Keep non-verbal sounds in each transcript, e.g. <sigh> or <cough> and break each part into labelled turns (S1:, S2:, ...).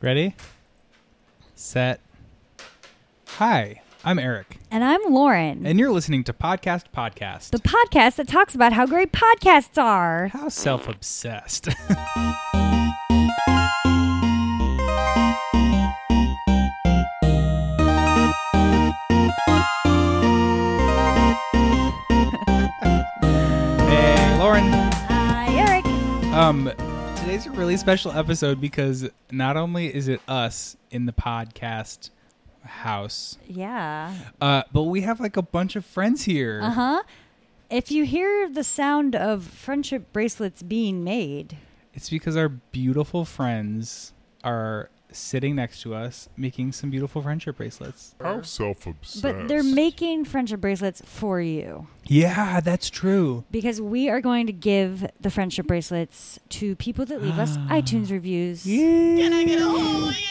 S1: Ready? Set. Hi, I'm Eric,
S2: And I'm Lauren,
S1: and you're listening to Podcast Podcast.
S2: the podcast that talks about how great podcasts are.
S1: How self obsessed. <laughs> hey, Lauren.
S2: Hi, Eric.
S1: Um, today's a really special episode because not only is it us in the podcast house,
S2: Yeah.
S1: uh, but we have like a bunch of friends here.
S2: Uh huh. If you hear the sound of friendship bracelets being made,
S1: It's because our beautiful friends are sitting next to us making some beautiful friendship bracelets.
S3: How self-obsessed.
S2: but they're making friendship bracelets for you
S1: Yeah, that's true.
S2: because we are going to give the friendship bracelets to people that leave us
S1: Ah.
S2: iTunes reviews.
S1: Can I get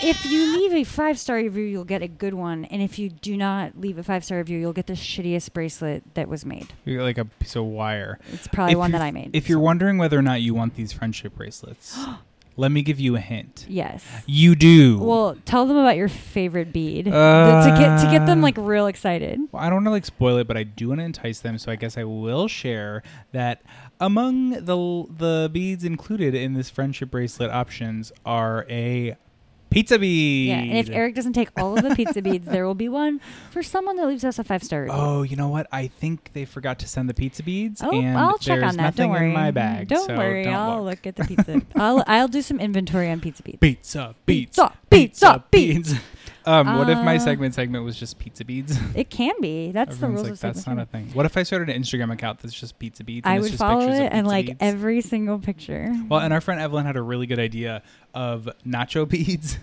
S2: If you leave a five star review, you'll get a good one. And if you do not leave a five star review, you'll get the shittiest bracelet that was made.
S1: You're like a piece of wire.
S2: It's probably
S1: If
S2: one
S1: you're-
S2: that I made.
S1: If you're wondering whether or not you want these friendship bracelets,
S2: <gasps>
S1: let me give you a hint.
S2: Yes.
S1: You do.
S2: Well, tell them about your favorite bead to get to get them
S1: Uh,
S2: like real excited.
S1: Well, I don't want to like spoil it, but I do want to entice them, so I guess I will share that among the the beads included in this friendship bracelet options are a pizza bead.
S2: Yeah, and if Eric doesn't take all of the pizza beads, there will be one for someone that leaves us a five star review.
S1: Oh, you know what? I think they forgot to send the pizza beads.
S2: Oh,
S1: and
S2: I'll check
S1: there's
S2: on that. Don't
S1: nothing
S2: worry.
S1: in my bag.
S2: Don't
S1: so
S2: worry.
S1: don't
S2: I'll look. at the
S1: <laughs>
S2: pizza. I'll I'll do some inventory on pizza beads.
S1: Pizza beads.
S2: Pizza, pizza
S1: beads. <laughs> um, what if my
S2: Uh,
S1: segment segment was just pizza beads? <laughs>
S2: It can be. That's
S1: Everyone's
S2: the rules
S1: like,
S2: of
S1: that's
S2: Sigma
S1: not a
S2: Sigma."
S1: thing. What if I started an Instagram account that's just pizza beads? And
S2: I
S1: it's
S2: would
S1: just
S2: follow
S1: pictures of
S2: it and
S1: pizza
S2: like
S1: beads?
S2: every single picture.
S1: Well, and our friend Evelyn had a really good idea of nacho <laughs> beads.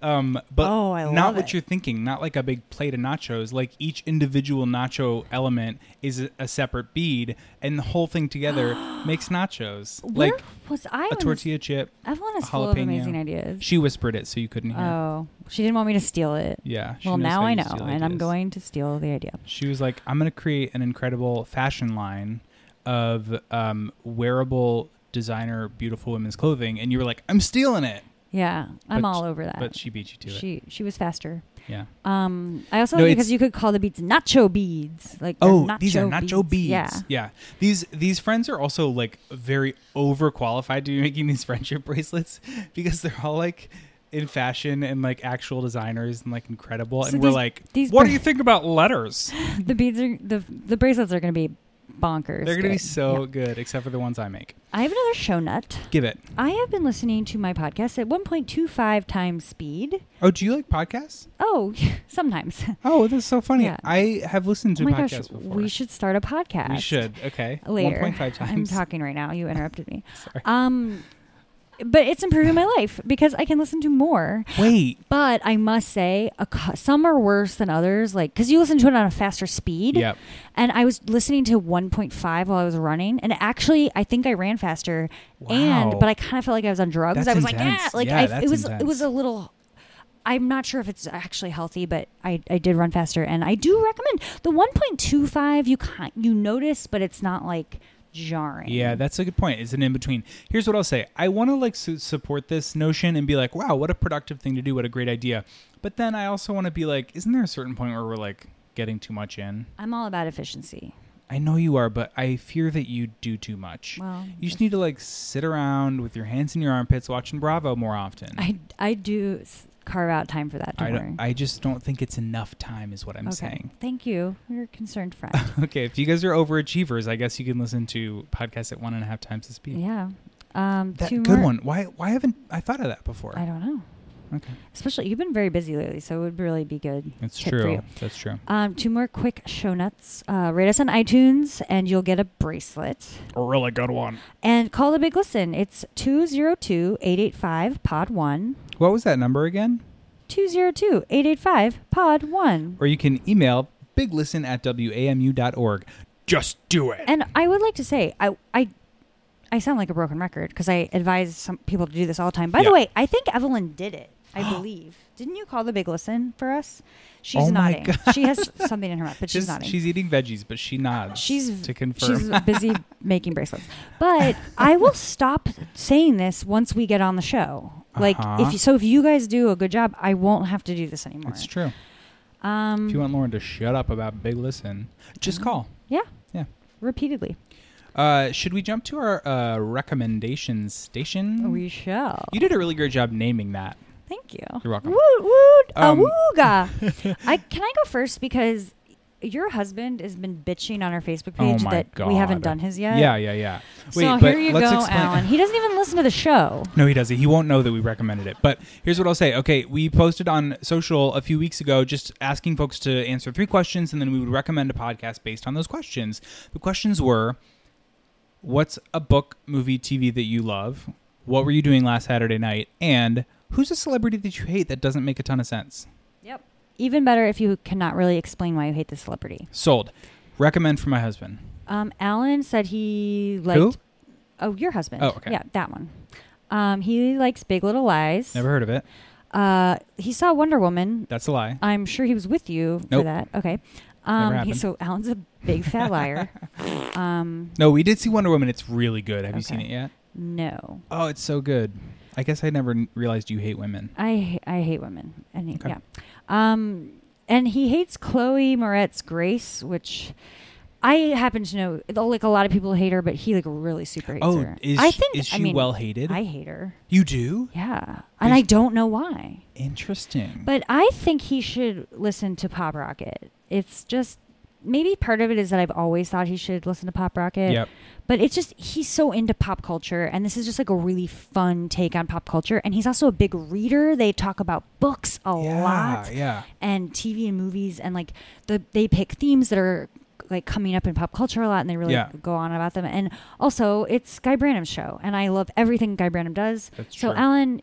S1: Um, but
S2: Oh, I
S1: not
S2: love
S1: what
S2: it.
S1: you're thinking, not like a big plate of nachos. Like each individual nacho element is a, a separate bead, and the whole
S2: <gasps>
S1: thing together makes nachos.
S2: Where
S1: Like
S2: was I?
S1: a
S2: when-
S1: tortilla chip.
S2: Evelyn is
S1: a
S2: full of
S1: jalapeno.
S2: amazing ideas.
S1: She whispered it so you couldn't hear.
S2: Oh, she didn't want me to steal it.
S1: Yeah. she
S2: Well,
S1: knows
S2: now
S1: how
S2: I
S1: you
S2: know,
S1: steal
S2: and I'm
S1: ideas.
S2: going to steal the idea.
S1: She was like, I'm going to create an incredible fashion line of um, wearable designer beautiful women's clothing. And you were like, I'm stealing it.
S2: Yeah, I'm
S1: But-
S2: all over that.
S1: But she beat you to it.
S2: Uh, she she was faster.
S1: Yeah.
S2: Um, I also
S1: No,
S2: like it
S1: it's-
S2: because you could call the beads nacho beads. Like they're
S1: Oh, these are nacho beads.
S2: Yeah,
S1: yeah. These these friends are also like very overqualified to be making these <laughs> friendship bracelets because they're all like in fashion and like actual designers and like incredible.
S2: So
S1: and we're
S2: these-
S1: like,
S2: these
S1: what
S2: bra-
S1: do you think about letters?
S2: <laughs> the beads are the the bracelets are going to be bonkers.
S1: They're gonna be
S2: good.
S1: so
S2: Yeah.
S1: good, except for the ones I make.
S2: I have another show nut.
S1: Give it.
S2: I have been listening to my podcast at 1.25 times speed.
S1: Oh, do you like podcasts?
S2: Oh, <laughs> sometimes.
S1: Oh, this is so funny.
S2: Yeah.
S1: I have listened to
S2: oh my gosh,
S1: podcasts before.
S2: we should start a podcast.
S1: We should. Okay.
S2: later.
S1: 1.5
S2: <laughs>
S1: times.
S2: I'm talking right now. You interrupted me.
S1: <laughs> Sorry.
S2: Um, but it's improving my life because I can listen to more.
S1: Wait.
S2: But I must say, a, cou- some are worse than others. Like, because you listen to it on a faster speed.
S1: Yep.
S2: And I was listening to 1.5 while I was running, and actually, I think I ran faster.
S1: Wow.
S2: And but I kind of felt like I was on drugs.
S1: That's
S2: I was like,
S1: intense.
S2: yeah, like
S1: Yeah,
S2: I,
S1: that's
S2: it was
S1: intense.
S2: it was a little. I'm not sure if it's actually healthy, but I, I did run faster, and I do recommend the 1.25. You can you notice, but it's not like jarring.
S1: Yeah, that's a good point. It's an in between. Here's what I'll say. I want to like su- support this notion and be like, wow, what a productive thing to do. What a great idea. But then I also want to be like, isn't there a certain point where we're like getting too much in?
S2: I'm all about efficiency.
S1: I know you are, but I fear that you do too much.
S2: Well,
S1: you just need to like sit around with your hands in your armpits watching Bravo more often.
S2: I I do s- carve out time for that. Don't
S1: I,
S2: worry.
S1: don't- I just don't think it's enough time, is what I'm
S2: okay.
S1: saying. <laughs>
S2: Thank you. You're a concerned friend.
S1: Okay, if you guys are overachievers, I guess you can listen to podcasts at one and a half times the speed.
S2: yeah. Um,
S1: That
S2: two
S1: good
S2: more-
S1: one. Why? Why haven't I thought of that before?
S2: I don't know.
S1: Okay.
S2: Especially, you've been very busy lately, so it would really be good.
S1: That's
S2: tip for
S1: true.
S2: you.
S1: That's true.
S2: Um, two more quick show nuts. Uh, rate us on iTunes, and you'll get a bracelet.
S1: A really good one.
S2: And call the big listen. It's 202 885 Pod 1.
S1: What was that number again?
S2: 202 885 Pod 1.
S1: Or you can email biglisten at wamu.org. Just do it.
S2: And I would like to say, I, I, I sound like a broken record because I advise some people to do this all the time. By
S1: Yeah.
S2: the way, I think Evelyn did it.
S1: <gasps>
S2: I believe. Didn't you call the big listen for us? She's
S1: Oh my
S2: nodding. She has something in her mouth, but she's, nodding.
S1: she's eating veggies, but she nods.
S2: She's
S1: to confirm.
S2: she's <laughs> busy
S1: <laughs>
S2: making bracelets. But I will stop saying this once we get on the show. Like
S1: Uh-huh.
S2: if you, so, if you guys do a good job, I won't have to do this anymore.
S1: It's true.
S2: Um,
S1: If you want Lauren to shut up about Big Listen, just
S2: Mhm.
S1: call.
S2: yeah,
S1: Yeah.
S2: repeatedly.
S1: Uh, should we jump to our uh, recommendations station?
S2: Oh, We shall.
S1: Mm. you did a really great job
S2: <laughs>
S1: naming that.
S2: Thank you.
S1: You're welcome.
S2: Woo, woo,
S1: Um,
S2: awooga. I can I go first because your husband has been bitching on our Facebook
S1: Oh
S2: page
S1: my
S2: that
S1: God.
S2: we haven't done his yet.
S1: Yeah, yeah, yeah. Wait,
S2: so
S1: but
S2: here you
S1: let's
S2: go,
S1: explain.
S2: Alan. He doesn't even listen to the show.
S1: No, he doesn't. He won't know that we recommended it. But here's what I'll say. Okay, we posted on social a few weeks ago just asking folks to answer three questions, and then we would recommend a podcast based on those questions. The questions were What's a book, movie, TV that you love? What were you doing last Saturday night? And who's a celebrity that you hate that doesn't make a ton of sense?
S2: Yep. Even better if you cannot really explain why you hate the celebrity.
S1: Sold. Recommend for my husband.
S2: Um, Alan said he liked.
S1: Who?
S2: Oh, your husband.
S1: Oh, okay.
S2: Yeah, that one. Um, he likes Big Little Lies.
S1: Never heard of it.
S2: Uh, he saw Wonder Woman.
S1: That's a lie.
S2: I'm sure he was with you
S1: Nope.
S2: for that. Okay.
S1: Never
S2: Um, he,
S1: happened.
S2: so Alan's a big
S1: <laughs>
S2: fat liar. um,
S1: No, we did see Wonder Woman. It's really good. Have you
S2: Okay.
S1: seen it yet?
S2: no,
S1: Oh, it's so good. I guess I never n- realized you hate women.
S2: I I hate women. And he,
S1: Okay.
S2: yeah, um, and he hates Chloe Moretz Grace, which I happen to know. Like a lot of people hate her, but he like really super hates
S1: Oh,
S2: her.
S1: is
S2: I
S1: sh-
S2: think
S1: is she
S2: I mean,
S1: well hated?
S2: I hate her.
S1: you do?
S2: Yeah, and I
S1: Is-
S2: don't know why.
S1: Interesting.
S2: But I think he should listen to Pop Rocket. It's just maybe part of it is that I've always thought he should listen to Pop Rocket.
S1: Yep.
S2: But it's just he's so into pop culture and this is just like a really fun take on pop culture and he's also a big reader. They talk about books a
S1: yeah,
S2: lot
S1: yeah.
S2: and TV and movies and like the they pick themes that are like coming up in pop culture a lot and they really
S1: Yeah.
S2: go on about them and also it's Guy Branum's show and I love everything Guy Branum does.
S1: That's
S2: so
S1: true.
S2: Alan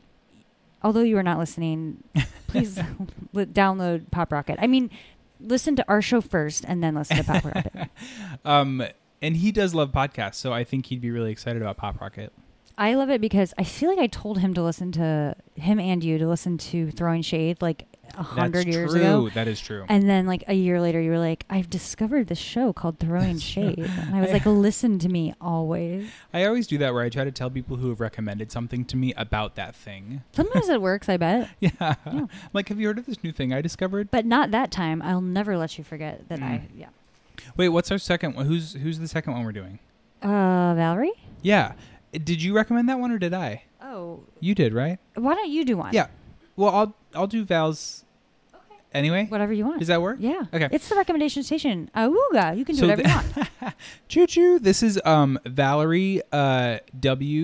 S2: although you are not
S1: <laughs>
S2: listening please <laughs> li- download Pop Rocket. I mean listen to our show first and then listen to Pop Rocket.
S1: <laughs> Um, and he does love podcasts, so I think he'd be really excited about Pop Rocket.
S2: I love it because I feel like I told him to listen to him and you to listen to Throwing Shade like a hundred
S1: That's
S2: years
S1: true.
S2: ago.
S1: That is true.
S2: And then, like a year later, you were like, "I've discovered this show called Throwing Shade," and I was
S1: <laughs>
S2: like, "Listen to me always."
S1: I always do that where I try to tell people who have recommended something to me about that thing. <laughs>
S2: Sometimes it works, I bet,
S1: Yeah. I'm like, have you heard of this new thing I discovered?
S2: but not that time. I'll never let you forget that I.
S1: Mm.
S2: Yeah,
S1: Wait, what's our second one? Who's who's the second one we're doing?
S2: uh, Valerie.
S1: Yeah. Did you recommend that one or did I?
S2: Oh,
S1: You did, right?
S2: why don't you do one?
S1: Yeah. Well, I'll I'll do Val's anyway.
S2: whatever you want.
S1: Does that work?
S2: yeah.
S1: Okay.
S2: It's the recommendation station. Awooga, you can do
S1: So
S2: whatever
S1: the-
S2: you want.
S1: Choo choo. This is um Valerie uh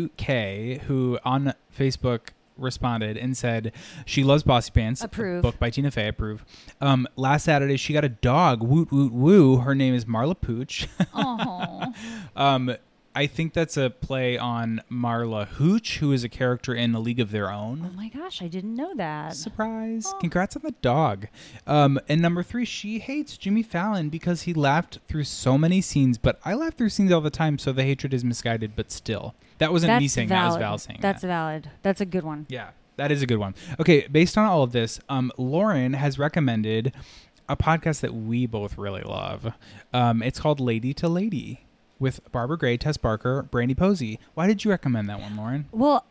S1: WK who on Facebook responded and said she loves Bossy Pants. a
S2: Approve.
S1: book by Tina Fey, approve. Um last Saturday she got a dog, woot woot woo. Her name is Marla Pooch. <laughs>
S2: Oh,
S1: um I think that's a play on Marla Hooch, who is a character in A League of Their
S2: oh
S1: Own.
S2: my gosh, I didn't know that.
S1: Surprise.
S2: Oh.
S1: Congrats on the dog. Um, and number three, she hates Jimmy Fallon because he laughed through so many scenes, but I laugh through scenes all the time, so the hatred is misguided, but still. That wasn't me saying that, that was Val saying
S2: That's
S1: that.
S2: valid. That's a good one.
S1: yeah, that is a good one. Okay, based on all of this, um, Lauren has recommended a podcast that we both really love. Um, it's called Lady to Lady with Barbara Gray, Tess Barker, Brandy Posey. Why did you recommend that one, Lauren?
S2: Well,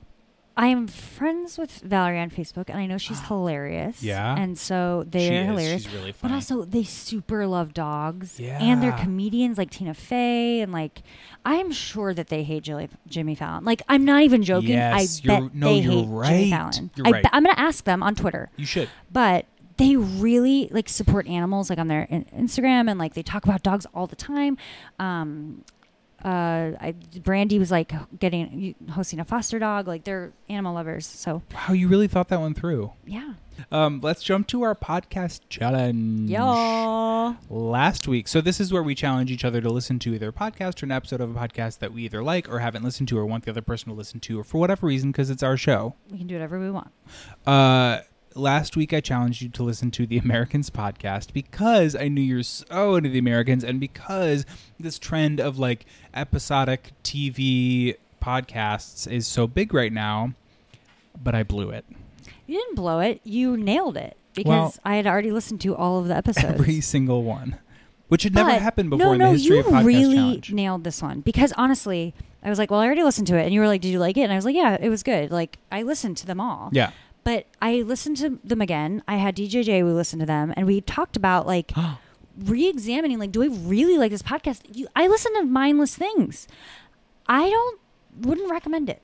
S2: I am friends with Valerie on Facebook, and I know
S1: <gasps>
S2: she's hilarious.
S1: Yeah?
S2: and so
S1: She
S2: they're
S1: is.
S2: hilarious.
S1: She's really funny.
S2: But also, they super love dogs. And they're
S1: Yeah.
S2: comedians like Tina Fey. And like, I'm sure that they hate Jilly, Jimmy Fallon. Like, I'm not even joking.
S1: Yes,
S2: I bet
S1: you're- no,
S2: they
S1: you're
S2: hate
S1: right.
S2: Jimmy Fallon.
S1: You're
S2: I
S1: right.
S2: bet- I'm going to ask them on Twitter.
S1: you should.
S2: But they really like support animals like on their in- Instagram and like they talk about dogs all the time. Um, uh, I, Brandy was like getting hosting a foster dog. Like they're animal lovers. So
S1: Wow, you really thought that one through.
S2: yeah,
S1: Um, let's jump to our podcast challenge.
S2: y'all.
S1: Last week. So this is where we challenge each other to listen to either a podcast or an episode of a podcast that we either like or haven't listened to or want the other person to listen to or for whatever reason because it's our show.
S2: We can do whatever we want.
S1: Uh Last week, I challenged you to listen to the <laughs> Americans podcast because I knew you're so into the Americans, and because this trend of like episodic TV podcasts is so big right now. But I blew it.
S2: You didn't blow it. You nailed it because
S1: Well- <laughs>
S2: I had already listened to all of the episodes.
S1: Every single one. which had never
S2: But-
S1: happened before in
S2: no,
S1: the history
S2: you
S1: of podcast
S2: really
S1: challenge.
S2: nailed this one because honestly, I was like, well, I already listened to it, and you were like, did you like it? And I was like, yeah, it was good. Like I listened to them all. <gasps>
S1: yeah. <gasps>
S2: But I listened to them again. I had DJJ. We listened to them, and we talked about like re-examining. Like, do I really like this podcast? You, I listen to mindless things. I don't. Wouldn't recommend it.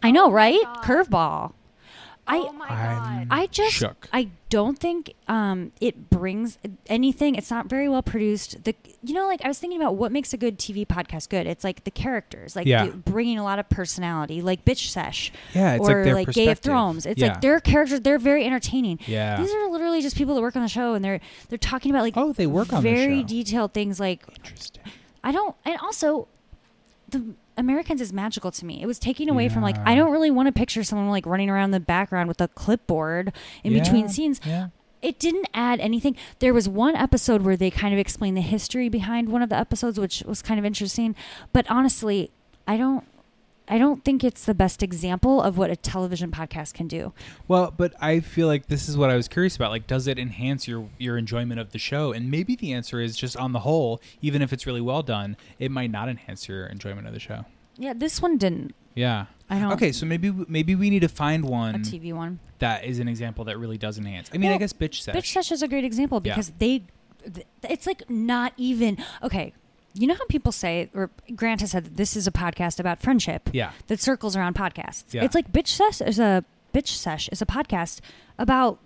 S2: I know, right?
S3: Oh God.
S2: Curveball. I
S3: oh my god.
S1: I'm-
S2: I just
S1: Shook.
S2: I don't think um, it brings anything. It's not very well produced. The you know like I was thinking about what makes a good TV podcast good. It's like the characters, like
S1: Yeah.
S2: the- bringing a lot of personality, like Bitch Sesh.
S1: Yeah, it's like
S2: or
S1: their
S2: like Game of
S1: perspective.
S2: Thrones. It's
S1: Yeah.
S2: like their characters. They're very entertaining.
S1: Yeah.
S2: these are literally just people that work on the show, and they're they're talking about like
S1: Oh, they work on the
S2: very
S1: show.
S2: detailed things like
S1: Interesting.
S2: I don't, and also the Americans is magical to me. It was taking away from like
S1: Yeah.
S2: I don't really want to picture someone like running around in the background with a clipboard in
S1: Yeah,
S2: between scenes.
S1: Yeah.
S2: It didn't add anything. There was one episode where they kind of explained the history behind one of the episodes, which was kind of interesting. But honestly, I don't. I don't think it's the best example of what a television podcast can do.
S1: Well, but I feel like this is what I was curious about. Like, does it enhance your your enjoyment of the show? And maybe the answer is just on the whole, even if it's really well done, it might not enhance your enjoyment of the show.
S2: Yeah, this one didn't.
S1: Yeah.
S2: I don't.
S1: Okay, so maybe w- maybe we need to find
S2: A
S1: one
S2: TV one.
S1: that is an example that really does enhance. I mean, I
S2: Well,
S1: guess bitch sesh.
S2: Bitch Sesh is a great example
S1: Yeah.
S2: because they, th- it's like not even okay. You know how people say, or Grant has said that this is a podcast about friendship
S1: Yeah.
S2: that circles around podcasts.
S1: Yeah.
S2: It's like Bitch Sesh is a Bitch Sesh is a podcast about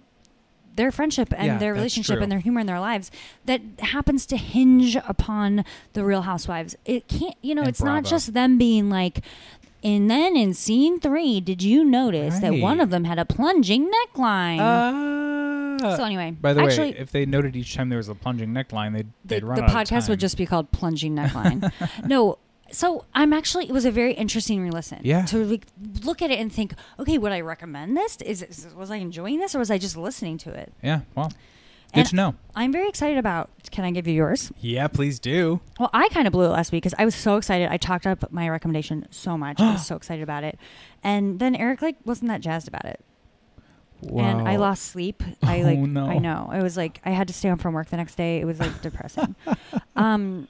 S2: their friendship and
S1: Yeah,
S2: their
S1: that's
S2: relationship
S1: true.
S2: and their humor in their lives that happens to hinge upon the Real Housewives. It can't, you know,
S1: And
S2: it's not
S1: Bravo.
S2: just them being like. And then in scene three, did you notice that
S1: Right.
S2: one of them had a plunging neckline?
S1: Ah.
S2: So anyway,
S1: by the
S2: actually-
S1: way, if they noted each time there was a plunging neckline, they'd
S2: the,
S1: they'd run
S2: the
S1: out of
S2: podcast
S1: time.
S2: would just be called plunging
S1: <laughs>
S2: neckline no so i'm actually it was a very interesting re-listen
S1: Yeah.
S2: to like look at it and think okay would i recommend this is, is was i enjoying this or was i just listening to it
S1: yeah. Well, good
S2: And-
S1: to know.
S2: i'm very excited about can i give you yours
S1: Yeah, please do.
S2: well i kind of blew it last week because i was so excited i talked up my recommendation so much
S1: <gasps>
S2: i was so excited about it and then eric like wasn't that jazzed about it and I
S1: Wow.
S2: lost sleep. I
S1: <laughs> Oh,
S2: like
S1: no.
S2: I know. I was like I had to stay home from work the next day. It was like
S1: <laughs>
S2: depressing. um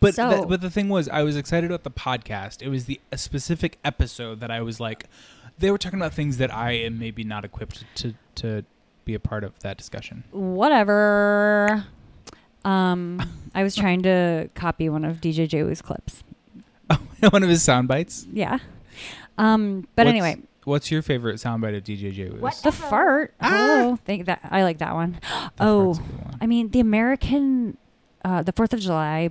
S1: But
S2: So-
S1: the, but the thing was, I was excited about the podcast. It was the a specific episode that I was like, they were talking about things that I am maybe not equipped to to be a part of that discussion. <laughs>
S2: whatever. Um, I was trying to copy one of DJ Jewu's clips.
S1: One of his sound bites.
S2: Yeah. Um, but
S1: What's-
S2: anyway,
S1: what's your favorite soundbite of DJ Jewu's?
S3: What?
S2: the fart. Oh, think that I like that one.
S1: Ah! The
S2: oh,
S1: fart's a good one.
S2: I mean, the American, uh, the Fourth of July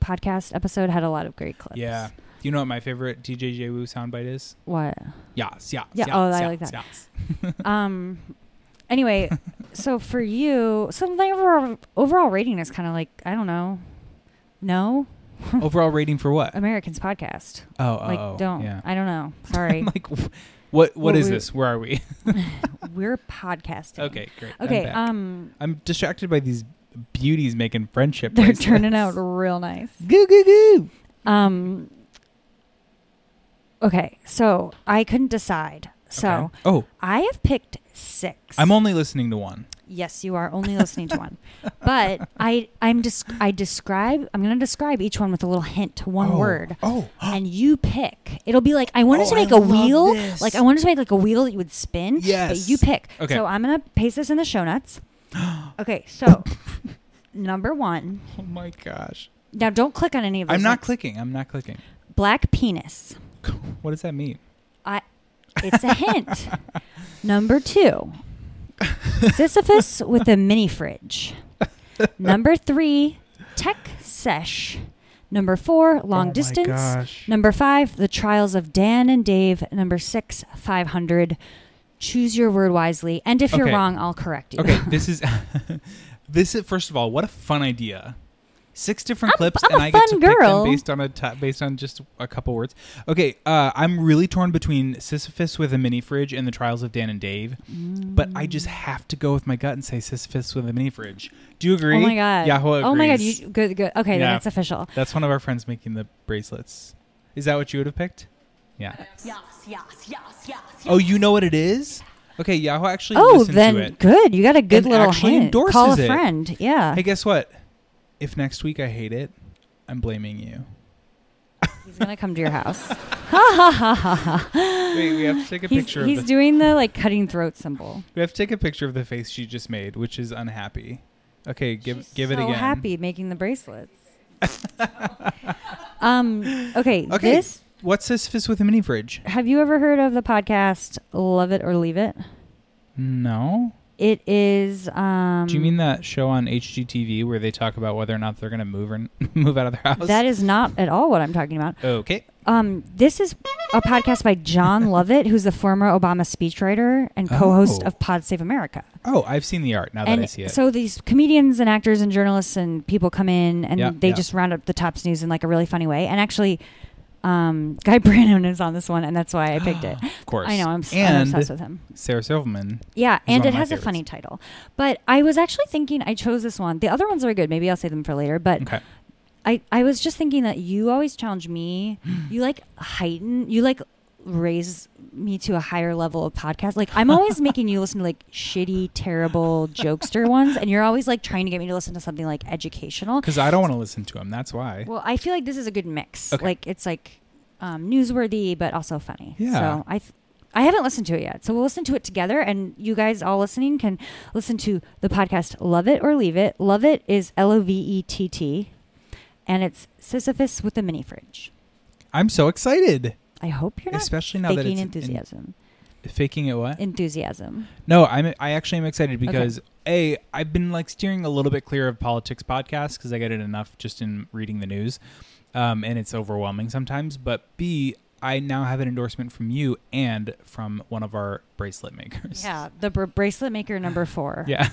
S2: podcast episode had a lot of great clips.
S1: yeah. Do you know what my favorite DJ Jewu soundbite is?
S2: What?
S1: Yas, yas,
S2: Yeah,
S1: yas,
S2: oh, I
S1: yas,
S2: like that.
S1: yas.
S2: um.
S1: <laughs>
S2: Anyway, so for you, so my overall overall rating is kind of like I don't know, no
S1: <laughs> Overall rating for what?
S2: Americans podcast.
S1: Oh,
S2: Like,
S1: oh, oh,
S2: don't.
S1: Yeah. <laughs>
S2: I don't know. Sorry.
S1: I'm like, wh- what?
S2: Well,
S1: What is
S2: we-
S1: this? Where are we? <laughs>
S2: We're podcasting.
S1: okay, great. I'm
S2: Okay.
S1: back.
S2: Um,
S1: I'm distracted by these beauties making friendship.
S2: they're
S1: bracelets.
S2: turning out
S1: <laughs>
S2: real nice.
S1: Goo goo goo.
S2: Um. Okay, so I couldn't decide. So
S1: Okay. oh,
S2: I have picked six.
S1: I'm only listening to one.
S2: Yes, you are only listening to one,
S1: <laughs>
S2: but I I'm just I describe I'm going to describe each one with a little hint, one
S1: Oh,
S2: word.
S1: Oh, <gasps>
S2: And you pick. It'll be like I wanted
S1: Oh,
S2: to make
S1: I
S2: a
S1: love
S2: wheel.
S1: this.
S2: Like I wanted to make like a wheel that you would spin.
S1: Yes.
S2: But you pick.
S1: Okay.
S2: So I'm gonna paste this in the show
S1: <gasps>
S2: notes. Okay.
S1: <laughs>
S2: So number one.
S1: oh my gosh!
S2: Now don't click on any of.
S1: I'm
S2: those
S1: not
S2: links.
S1: clicking. I'm not clicking.
S2: Black penis.
S1: What does that mean?
S2: I. It's a
S1: <laughs>
S2: hint. Number two, Sisyphus with a mini fridge. Number three, tech sesh. Number four, long
S1: Oh my
S2: distance.
S1: gosh.
S2: Number five, the trials of Dan and Dave. Number six, five hundred. Choose your word wisely, and if you're
S1: Okay.
S2: wrong, I'll correct you. <laughs>
S1: Okay, this is <laughs> this is first of all, what a fun idea. Six different
S2: I'm-
S1: clips,
S2: I'm a
S1: and I get to
S2: fun
S1: pick them
S2: girl.
S1: based on a t- based on just a couple words. Okay, uh, I'm really torn between Sisyphus with a mini fridge and the Trials of Dan and Dave,
S2: Mm.
S1: but I just have to go with my gut and say Sisyphus with a mini fridge. Do you agree?
S2: Oh my god.
S1: Yahoo
S2: Oh my god.
S1: agrees.
S2: You good. Good. Okay,
S1: Yeah.
S2: then it's official.
S1: That's one of our friends making the bracelets. Is that what you would have picked? Yeah.
S3: Yes, yes, yes, yes.
S1: Oh, you know what it is? Okay, Yahoo actually
S2: Oh,
S1: listened to
S2: then
S1: it.
S2: good. You got a good
S1: And
S2: little
S1: actually
S2: hint.
S1: endorses
S2: Call a
S1: it.
S2: friend. Yeah.
S1: Hey, guess what? if next week I hate it, I'm blaming you.
S2: He's gonna come to your
S1: <laughs>
S2: house.
S1: Wait, we have to take a
S2: <laughs> he's
S1: picture
S2: he's
S1: of the
S2: doing the like cutting throat symbol.
S1: We have to take a picture of the face she just made, which is unhappy. Okay, give
S2: She's
S1: give it
S2: so
S1: again.
S2: happy making the bracelets.
S1: <gasps>
S2: um. Okay.
S1: Okay.
S2: This.
S1: <laughs> What's Sisyphus with a mini fridge?
S2: Have you ever heard of the podcast Love It or Leave It?
S1: No.
S2: It is. Um,
S1: Do you mean that show on HGTV where they talk about whether or not they're going to move or n- <laughs> move out of their house?
S2: that is not at all what I'm talking about?
S1: okay.
S2: Um, this is a podcast by
S1: <laughs>
S2: John Lovett, who's the former Obama speechwriter and co-host
S1: Oh.
S2: of Pod Save America.
S1: Oh, I've seen the art now that
S2: and
S1: I see it.
S2: so these comedians and actors and journalists and people come in and
S1: Yeah,
S2: they
S1: yeah.
S2: just round up the top news in like a really funny way. And actually, um, Guy <laughs> Brannon is on this one, and that's why I picked it.
S1: <gasps> of course.
S2: I know I'm, s- I'm
S1: and
S2: obsessed with him.
S1: Sarah Silverman.
S2: Yeah,
S1: He's
S2: and
S1: one
S2: it
S1: of my
S2: has a
S1: favorites.
S2: funny title. But I was actually thinking I chose this one. The other ones are good. Maybe I'll save them for later. But
S1: Okay.
S2: I, I was just thinking that you always challenge me. you like heighten, you like raise me to a higher level of podcast. Like I'm always making you listen to like shitty, terrible jokester ones, and you're always like trying to get me to listen to something like educational.
S1: Because I don't want to listen to him. That's why.
S2: Well, I feel like this is a good mix.
S1: Okay.
S2: Like it's like um, newsworthy but also funny.
S1: Yeah.
S2: So I. Th- I haven't listened to it yet. So we'll listen to it together and you guys all listening can listen to the podcast Love It or Leave It. Love It is L O V E T T and it's Sisyphus with a mini fridge.
S1: I'm so excited.
S2: I hope you're not
S1: Especially now that
S2: faking
S1: it's in-
S2: enthusiasm.
S1: Faking it what?
S2: enthusiasm.
S1: No, I'm. I actually am excited because a I've been like steering a little bit clear of politics podcasts because I get it enough just in reading the news, um, and it's overwhelming sometimes. But b I now have an endorsement from you and from one of our bracelet makers.
S2: Yeah, the br- bracelet maker number 4.
S1: <laughs> Yeah.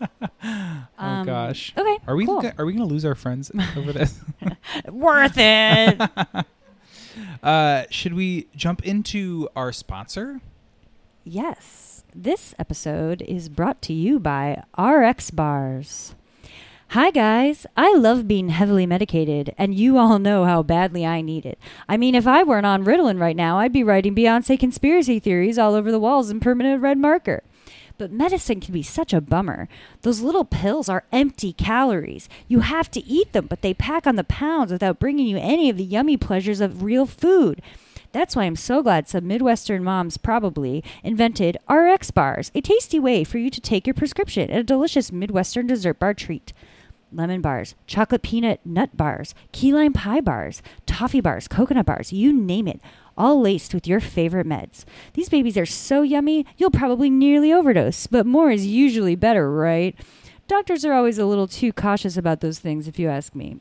S1: oh gosh.
S2: Um, Okay.
S1: Are we
S2: cool.
S1: go- are we gonna lose
S2: <laughs>
S1: our friends over this? <laughs>
S2: worth it?
S1: Uh, should we jump into our sponsor?
S2: Yes, this episode is brought to you by RX Bars. Hi, guys. I love being heavily medicated, and you all know how badly I need it. I mean, if I weren't on Ritalin right now, I'd be writing Beyonce conspiracy theories all over the walls in permanent red marker. But medicine can be such a bummer. Those little pills are empty calories. You have to eat them, but they pack on the pounds without bringing you any of the yummy pleasures of real food. That's why I'm so glad some Midwestern moms probably invented RX bars, a tasty way for you to take your prescription and a delicious Midwestern dessert bar treat. Lemon bars, chocolate peanut nut bars, key lime pie bars, toffee bars, coconut bars, you name it, all laced with your favorite meds. These babies are so yummy, you'll probably nearly overdose, but more is usually better, right? Doctors are always a little too cautious about those things, if you ask me.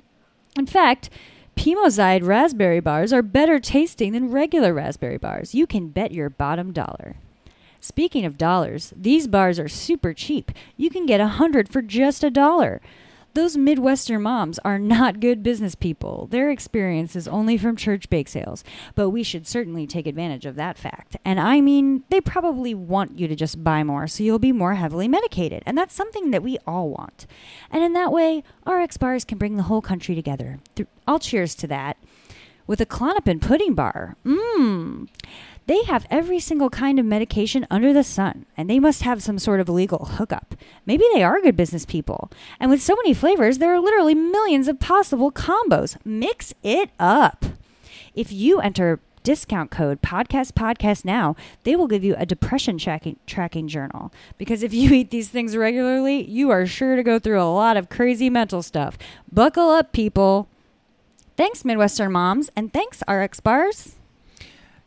S2: In fact, Pimozide raspberry bars are better tasting than regular raspberry bars. You can bet your bottom dollar. Speaking of dollars, these bars are super cheap. You can get a hundred for just a dollar. Those Midwestern moms are not good business people. Their experience is only from church bake sales, but we should certainly take advantage of that fact. And I mean, they probably want you to just buy more so you'll be more heavily medicated, and that's something that we all want. And in that way, RX bars can bring the whole country together. Th- I'll cheers to that with a clonopin pudding bar. Mmm. They have every single kind of medication under the sun, and they must have some sort of illegal hookup. Maybe they are good business people. And with so many flavors, there are literally millions of possible combos. Mix it up. If you enter discount code podcast podcast now, they will give you a depression tracking tracking journal because if <laughs> you eat these things regularly, you are sure to go through a lot of crazy mental stuff. Buckle up, people. Thanks, Midwestern moms, and thanks, RX bars.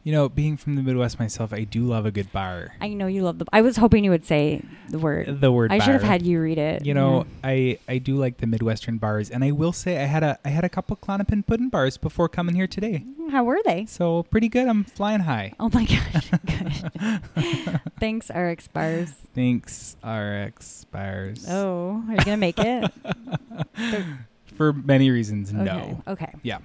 S1: You know, being from the Midwest myself, I do love a good bar.
S2: I know you love the. I was hoping you would say the word.
S1: The word
S2: I should have
S1: bar.
S2: had you read it.
S1: You know, I I do like the Midwestern bars, and I will say I had a I had a couple clonopin pudding bars before coming here today,
S2: Yeah. how were they?
S1: so pretty good. I'm flying high.
S2: Oh my gosh! <laughs>
S1: <laughs>
S2: Good. Thanks, RX bars.
S1: Thanks, RX bars.
S2: Oh, are you gonna make
S1: <laughs>
S2: it?
S1: for many reasons,
S2: Okay.
S1: no.
S2: Okay.
S1: Yeah.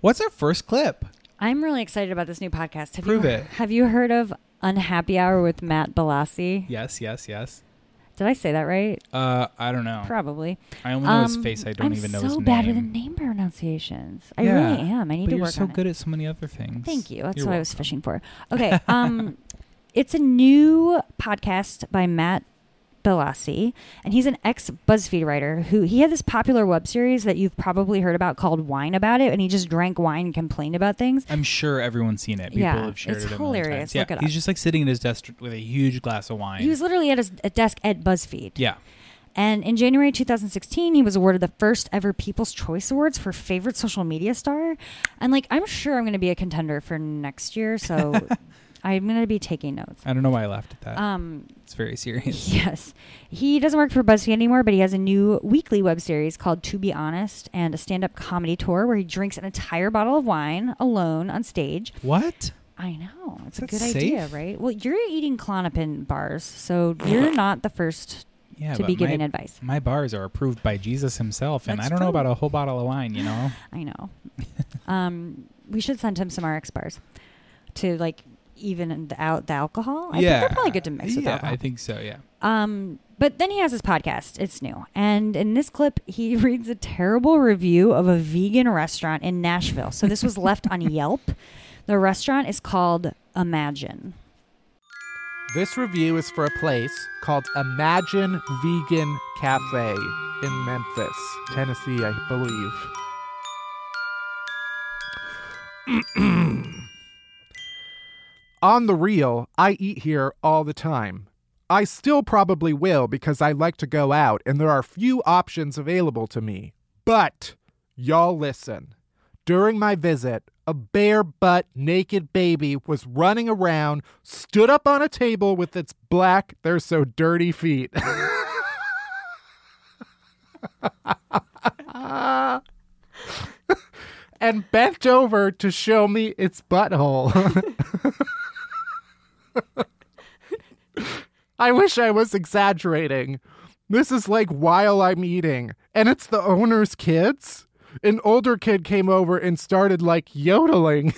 S1: What's our first clip?
S2: I'm really excited about this new podcast. Have
S1: Prove
S2: you,
S1: it.
S2: Have you heard of Unhappy Hour with Matt Balassi?
S1: Yes, yes, yes.
S2: Did I say that right?
S1: Uh, I don't know.
S2: Probably.
S1: I only know his
S2: Um,
S1: face. I don't
S2: I'm
S1: even know
S2: so
S1: his name.
S2: bad with the name pronunciations. I
S1: Yeah,
S2: really am. I need
S1: but
S2: to
S1: you're
S2: work
S1: so
S2: on it.
S1: good at so many other things.
S2: Thank you. That's
S1: You're
S2: what I was
S1: welcome. <laughs>
S2: fishing for. Okay. Um, it's a new podcast by Matt Bellassi, and he's an ex BuzzFeed writer who he had this popular web series that you've probably heard about called Wine About It, and he just drank wine and complained about things.
S1: I'm sure everyone's seen it. People
S2: Yeah,
S1: have shared
S2: it's
S1: it. a million
S2: hilarious.
S1: times. Yeah,
S2: Look it
S1: he's
S2: up.
S1: just like sitting at his desk with a huge glass of wine.
S2: He was literally at his a desk at BuzzFeed.
S1: yeah,
S2: And in January 2016, he was awarded the first ever People's Choice Awards for favorite social media star. And like, I'm sure I'm going to be a contender for next year,
S1: <laughs>
S2: so I'm going to be taking notes.
S1: I don't know why I laughed at that.
S2: Um,
S1: it's
S2: <laughs>
S1: very serious.
S2: yes, he doesn't work for BuzzFeed anymore, but he has a new weekly web series called To Be Honest and a stand-up comedy tour where he drinks an entire bottle of wine alone on stage.
S1: What?
S2: I know. It's a
S1: That's
S2: good idea,
S1: safe?
S2: right? Well, you're eating Klonopin bars, so you're not the first
S1: Yeah,
S2: to
S1: but
S2: be giving
S1: my,
S2: advice.
S1: my bars are approved by Jesus himself, and
S2: That's
S1: I don't know
S2: true.
S1: about a whole bottle of wine. You know,
S2: I know. um, we should send him some RX bars to like even the, out the alcohol. <laughs> I think they're probably good to mix
S1: yeah,
S2: with alcohol.
S1: I think so. Yeah.
S2: Um, but then he has his podcast. It's new. And in this clip, he <laughs> reads a terrible review of a vegan restaurant in Nashville. So this was left <laughs> on Yelp. The restaurant is called Imagine.
S4: This review is for a place called Imagine Vegan Cafe in Memphis, Tennessee, I believe. <clears throat> On the real, I eat here all the time. I still probably will because I like to go out and there are few options available to me. But y'all listen. During my visit, a bare butt naked baby was running around, stood up on a table with its black, they're so dirty feet. <laughs> and bent over to show me its butthole. <laughs> I wish I was exaggerating. This is like while I'm eating, and it's the owner's kids. An older kid came over and started like yodeling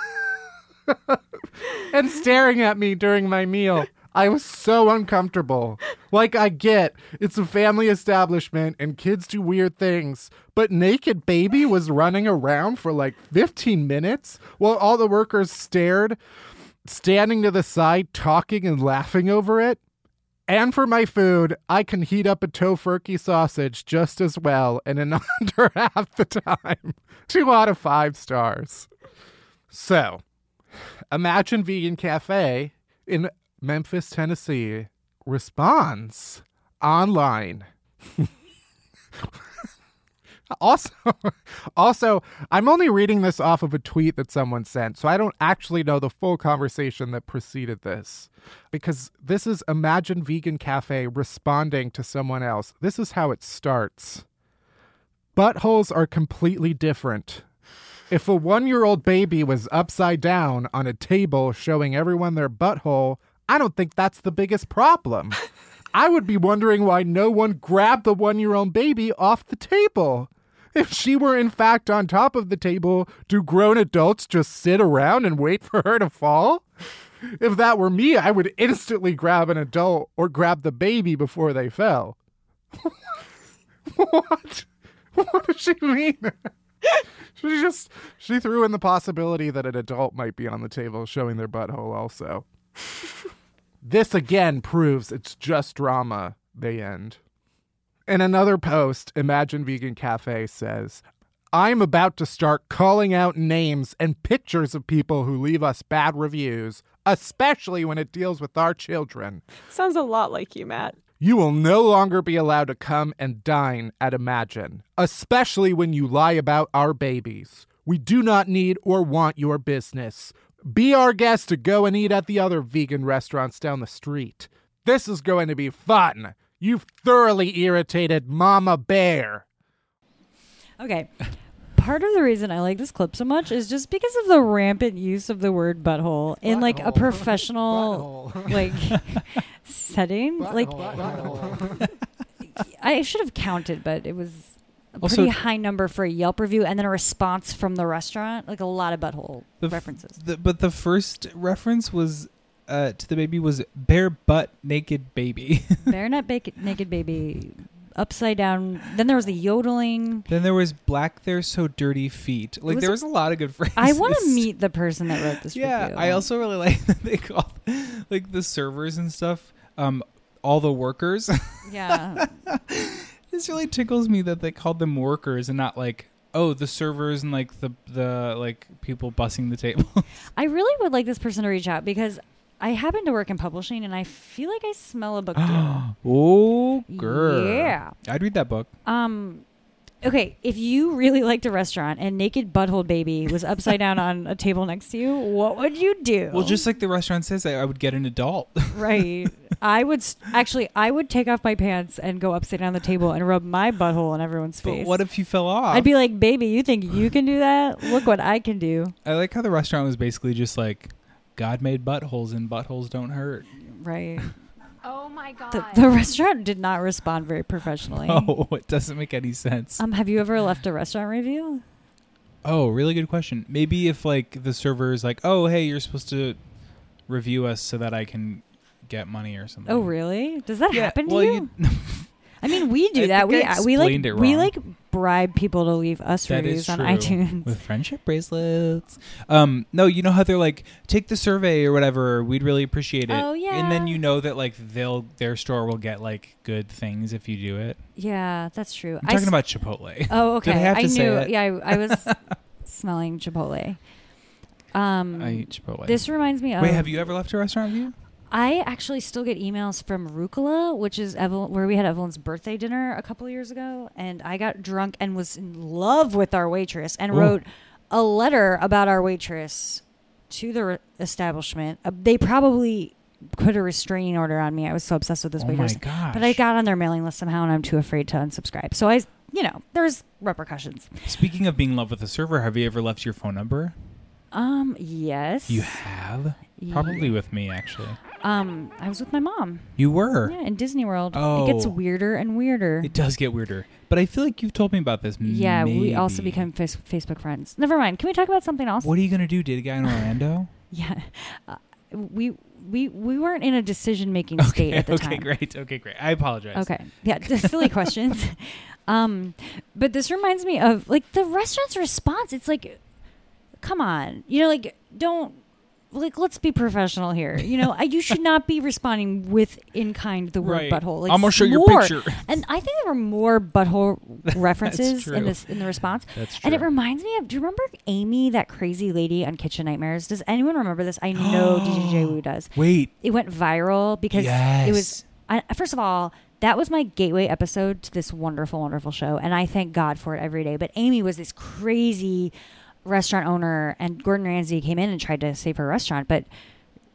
S4: <laughs> and staring at me during my meal. I was so uncomfortable. Like, I get it's a family establishment and kids do weird things, but Naked Baby was running around for like 15 minutes while all the workers stared standing to the side, talking and laughing over it. And for my food, I can heat up a tofurkey sausage just as well and in <laughs> under half the time. Two out of five stars. So, Imagine Vegan Cafe in Memphis, Tennessee responds online. also <laughs> also i'm only reading this off of a tweet that someone sent so i don't actually know the full conversation that preceded this because this is imagine vegan cafe responding to someone else this is how it starts buttholes are completely different if a one year old baby was upside down on a table showing everyone their butthole, I don't think that's the biggest problem. I would be wondering why no one grabbed the one year old baby off the table. If she were in fact on top of the table, do grown adults just sit around and wait for her to fall? If that were me, I would instantly grab an adult or grab the baby before they fell. <laughs> what? What does she mean? <laughs> She just she threw in the possibility that an adult might be on the table showing their butthole also. <laughs> this again proves it's just drama, they end. In another post, Imagine Vegan Cafe says, I'm about to start calling out names and pictures of people who leave us bad reviews, especially when it deals with our children.
S5: Sounds a lot like you, Matt.
S4: You will no longer be allowed to come and dine at Imagine, especially when you lie about our babies. We do not need or want your business. Be our guest to go and eat at the other vegan restaurants down the street. This is going to be fun. You've thoroughly irritated Mama Bear.
S2: Okay. Part of the reason I like this clip so much is just because of the rampant use of the word butthole in like a
S4: Butthole.
S2: professional like setting. <laughs> Like I should have counted, but it was a
S1: Also-
S2: pretty high number for a Yelp review and then a response from the restaurant. Like a lot of butthole
S1: The f-
S2: references.
S1: The, but the first reference was uh, to the baby was bare butt naked baby. <laughs>
S2: Bare nut bacon, naked baby, upside down. Then there was the yodeling.
S1: then there was black. They're so dirty feet. Like
S2: was
S1: there
S2: a-
S1: was a lot of good phrases.
S2: I want to
S1: <laughs>
S2: meet the person that wrote this
S1: Yeah, <laughs>
S2: review.
S1: I also really like that they call like the servers and stuff. Um, all the workers.
S2: Yeah.
S1: this really tickles me that they called them workers and not like oh the servers and like the the like people bussing
S2: <gasps>
S1: the table. <gasps>
S2: I really would like this person to reach out because I happen to work in publishing and I feel like I smell a book deal.
S1: oh, <gasps> girl.
S2: Yeah.
S1: I'd read that book.
S2: Um, okay, if you really liked a restaurant and Naked Butthole Baby was upside down on a table next to you, what would you do?
S1: Well, just like the restaurant says, I, I would get an adult. <laughs>
S2: right. I would s actually, I would take off my pants and go upside down on the table and rub my butthole on everyone's
S1: but
S2: face.
S1: what if you fell off?
S2: I'd be like, baby, you think you can do that? Look what I can do.
S1: I like how the restaurant was basically just like, God made buttholes and buttholes don't hurt.
S2: Right.
S6: Oh my god.
S2: The, the restaurant did not respond very professionally.
S1: <laughs> Oh, it doesn't make any sense.
S2: Um, have you ever left a restaurant review?
S1: oh, really good question. Maybe if like the server is like, oh, hey, you're supposed to review us so that I can get money or something.
S2: Oh, really? Does that
S1: Mm. Yeah,
S2: happen to
S1: well,
S2: you? I mean, we do
S1: I
S2: that. We
S1: think I
S2: we like
S1: explained it
S2: we
S1: wrong.
S2: like bribe people to leave us
S1: That
S2: reviews
S1: is
S2: on
S1: true.
S2: iTunes.
S1: with friendship bracelets. Um, no, you know how they're like, take the survey or whatever. We'd really appreciate it.
S2: Oh,
S1: And then
S2: yeah.
S1: you know that like they'll their store will get like good things if you do it.
S2: <laughs> yeah, that's true.
S1: I'm
S2: I
S1: talking
S2: s-
S1: about Chipotle. <laughs>
S2: Oh,
S1: Did
S2: okay.
S1: I have to
S2: knew.
S1: say it?
S2: Yeah, I, I
S1: <laughs>
S2: was smelling Chipotle. Um,
S1: I eat Chipotle.
S2: this reminds me of.
S1: Wait, have you ever left a restaurant review?
S2: I actually still get emails from Rucola, which is Evel- where we had Evelyn's birthday dinner a couple years ago, and I got drunk and was in love with our waitress and
S1: Ooh.
S2: wrote a letter about our waitress to the re- establishment. Uh, they probably put a restraining order on me. I was so obsessed with this
S1: Oh my
S2: waitress.
S1: gosh.
S2: But I got on their mailing list somehow, and I'm too afraid to unsubscribe. So I, s- you know, there's repercussions.
S1: Speaking of being in love with a server, have you ever left your phone number?
S2: Um, yes.
S1: You have? Probably with me, actually.
S2: um, I was with my mom.
S1: You were.
S2: Yeah, in Disney World. It gets
S1: Oh.
S2: weirder and weirder.
S1: It does get weirder. But I feel like you've told me about this.
S2: Yeah, we also
S1: maybe.
S2: become face- Facebook friends. Never mind. Can we talk about something else?
S1: What are you going to do? Date a guy in Orlando?
S2: <laughs> Yeah, uh, we we we weren't in a decision making state at the
S1: <laughs> okay,
S2: time.
S1: great. Okay, great. I apologize.
S2: Okay. Yeah, just
S1: <laughs>
S2: silly questions. Um, but this reminds me of like the restaurant's response. It's like, come on, you know, like don't like let's be professional here. You know, I, you should not be responding with in kind the word
S1: Right.
S2: butthole. Like,
S1: I'm gonna show you a
S2: more.
S1: picture.
S2: <laughs> And I think there were more
S1: <laughs>
S2: butthole references
S1: true.
S2: in this in the response.
S1: That's
S2: And it
S1: true.
S2: reminds me of. Do you remember Amy, that crazy lady on Kitchen Nightmares? Does anyone remember this? I know DJ Wu does
S1: Wait.
S2: it went viral because it was
S1: Yes.
S2: I, first of all that was my gateway episode to this wonderful wonderful show and i thank god for it every day but amy was this crazy restaurant owner and gordon ramsay came in and tried to save her restaurant but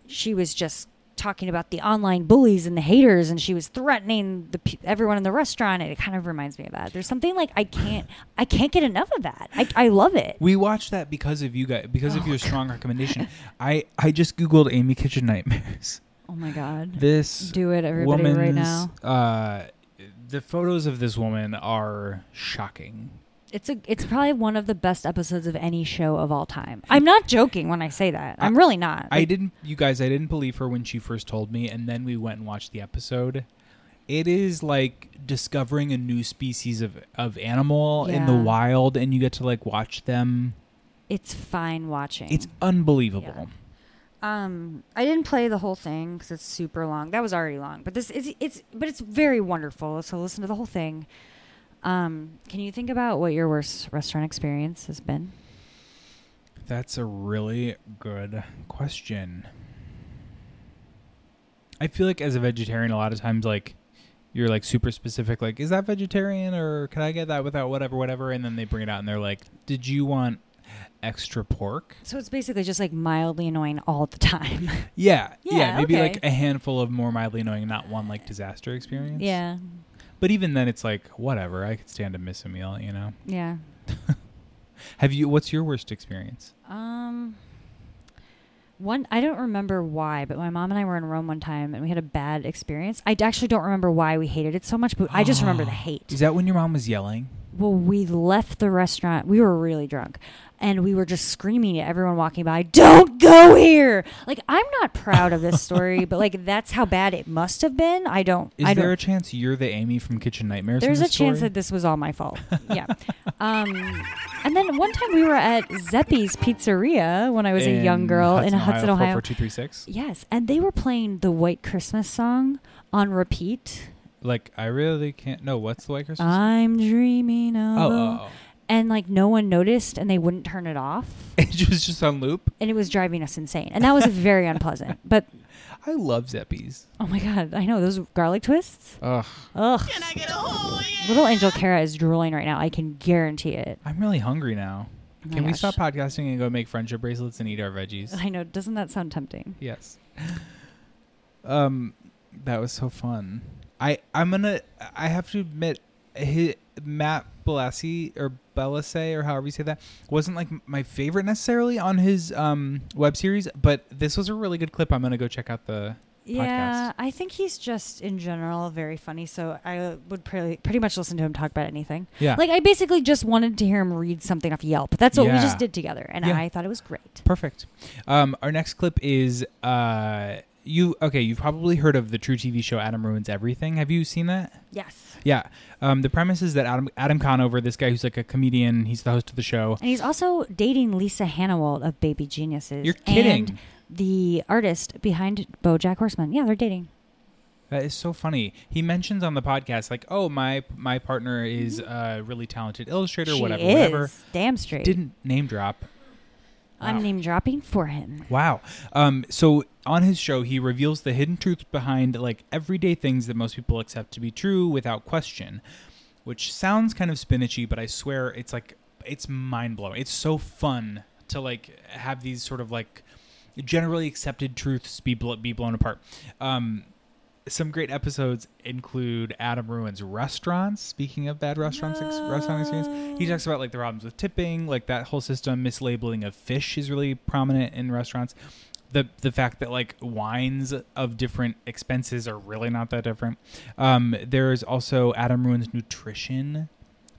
S2: she was just talking about the online bullies and the haters and she was threatening the pe- everyone in the restaurant and it kind of reminds me of that there's something like i can't i can't get enough of that i, I love it
S1: We watched that because of you guys, because
S2: Oh
S1: of your
S2: <laughs>
S1: strong recommendation. I, I just Googled Amy Kitchen Nightmares.
S2: oh my god
S1: This
S2: Do it, everybody, right
S1: woman's,
S2: now.
S1: Uh, the photos of this woman are shocking.
S2: It's a it's probably one of the best episodes of any show of all time. I'm not joking when I say that. I'm really not.
S1: I
S2: Like,
S1: didn't, you guys, I didn't believe her when she first told me, and then we went and watched the episode. It is like discovering a new species of, of animal in the
S2: Yeah.
S1: wild, and you get to like watch them.
S2: it's fine watching.
S1: It's unbelievable.
S2: um I didn't play the whole thing cuz it's super long. That was already long. But this is it's but it's very wonderful. So listen to the whole thing. Um can you think about what your worst restaurant experience has been?
S1: That's a really good question. I feel like as a vegetarian, a lot of times, like, you're like super specific, like, is that vegetarian or can I get that without whatever, whatever? And then they bring it out and they're like, did you want extra pork?
S2: So it's basically just like mildly annoying all the time.
S1: Yeah. Yeah.
S2: Yeah,
S1: maybe
S2: okay.
S1: like a handful of more mildly annoying, not one like disaster
S2: <laughs>
S1: experience.
S2: yeah.
S1: But even then, it's like, whatever. I could stand to miss a meal, you know? <laughs>
S2: Yeah.
S1: Have you, what's your worst experience?
S2: Um, one I don't remember why, but my mom and I were in Rome one time and we had a bad
S1: <gasps>
S2: experience. I d- actually don't remember why we hated it so much, but I just remember the hate.
S1: Is that when your mom was yelling?
S2: Well, we left the restaurant. We were really drunk. And we were just screaming at everyone walking by, don't go here. Like, I'm not proud of this story, but
S1: <laughs>
S2: like, that's how bad it must have been. I don't.
S1: Is
S2: I don't,
S1: there a chance you're the Amy from Kitchen Nightmares? in
S2: There's a
S1: this
S2: chance
S1: story?
S2: that this was all my fault.
S1: <laughs>
S2: Yeah. um, and then one time we were at Zeppi's Pizzeria when I was a young girl in Hudson, Ohio.
S1: 44236.
S2: Yes, and they were playing the White Christmas song on repeat.
S1: Like, I really can't. No, what's the White Christmas?
S2: I'm dreaming of.
S1: oh,
S2: a-
S1: oh, <laughs> oh.
S2: And like no one noticed, and they wouldn't turn it off,
S1: it was just on loop.
S2: and it was driving us insane. And that
S1: <laughs>
S2: was very unpleasant. But
S1: I love Zeppies.
S2: oh my god, I know those garlic twists.
S1: Ugh,
S2: Ugh. Little Angel Cara is drooling right now. I can guarantee it.
S1: I'm really hungry now.
S2: Oh my
S1: Can we
S2: gosh.
S1: stop podcasting and go make friendship bracelets and eat
S2: <laughs>
S1: our veggies?
S2: I know. Doesn't that sound tempting?
S1: yes. Um, that was so fun. I I'm gonna. I have to admit, hi Matt Balassi or Belasse or however you say that wasn't like my favorite necessarily on his um web series, but this was a really good clip. I'm gonna go check out the.
S2: Yeah, I think he's just in general very funny. So I would pretty pretty much listen to him talk about anything.
S1: Yeah.
S2: Like I basically just wanted to hear him read something off Yelp. That's what we
S1: Yeah.
S2: just did together, and
S1: Yeah.
S2: I thought it was great.
S1: Perfect. Um, our next clip is uh, you. Okay, you've probably heard of the true TV show Adam Ruins Everything. Have you seen that?
S2: Yes,
S1: Yeah. Um, the premise is that Adam Adam Conover, this guy who's like a comedian, he's the host of the show.
S2: and he's also dating Lisa Hannawalt of Baby Geniuses.
S1: You're kidding.
S2: And the artist behind BoJack Horseman. Yeah, they're dating.
S1: That is so funny. He mentions on the podcast like, "Oh, my my partner is a really talented illustrator,
S2: she
S1: whatever,
S2: is
S1: whatever."
S2: damn straight.
S1: Didn't oh. name drop.
S2: I'm
S1: Wow.
S2: name dropping for him.
S1: Wow. Um, so on his show, he reveals the hidden truths behind like everyday things that most people accept to be true without question, which sounds kind of spinachy, but I swear it's like it's mind blowing. It's so fun to like have these sort of like generally accepted truths be bl- be blown apart. Um, some great episodes include Adam ruins restaurants. Speaking of bad restaurants, ex- restaurant experience, he talks about like the problems with tipping, like that whole system. Mislabeling of fish is really prominent in restaurants. The the fact that like wines of different expenses are really not that different. Um, there is also Adam ruins nutrition.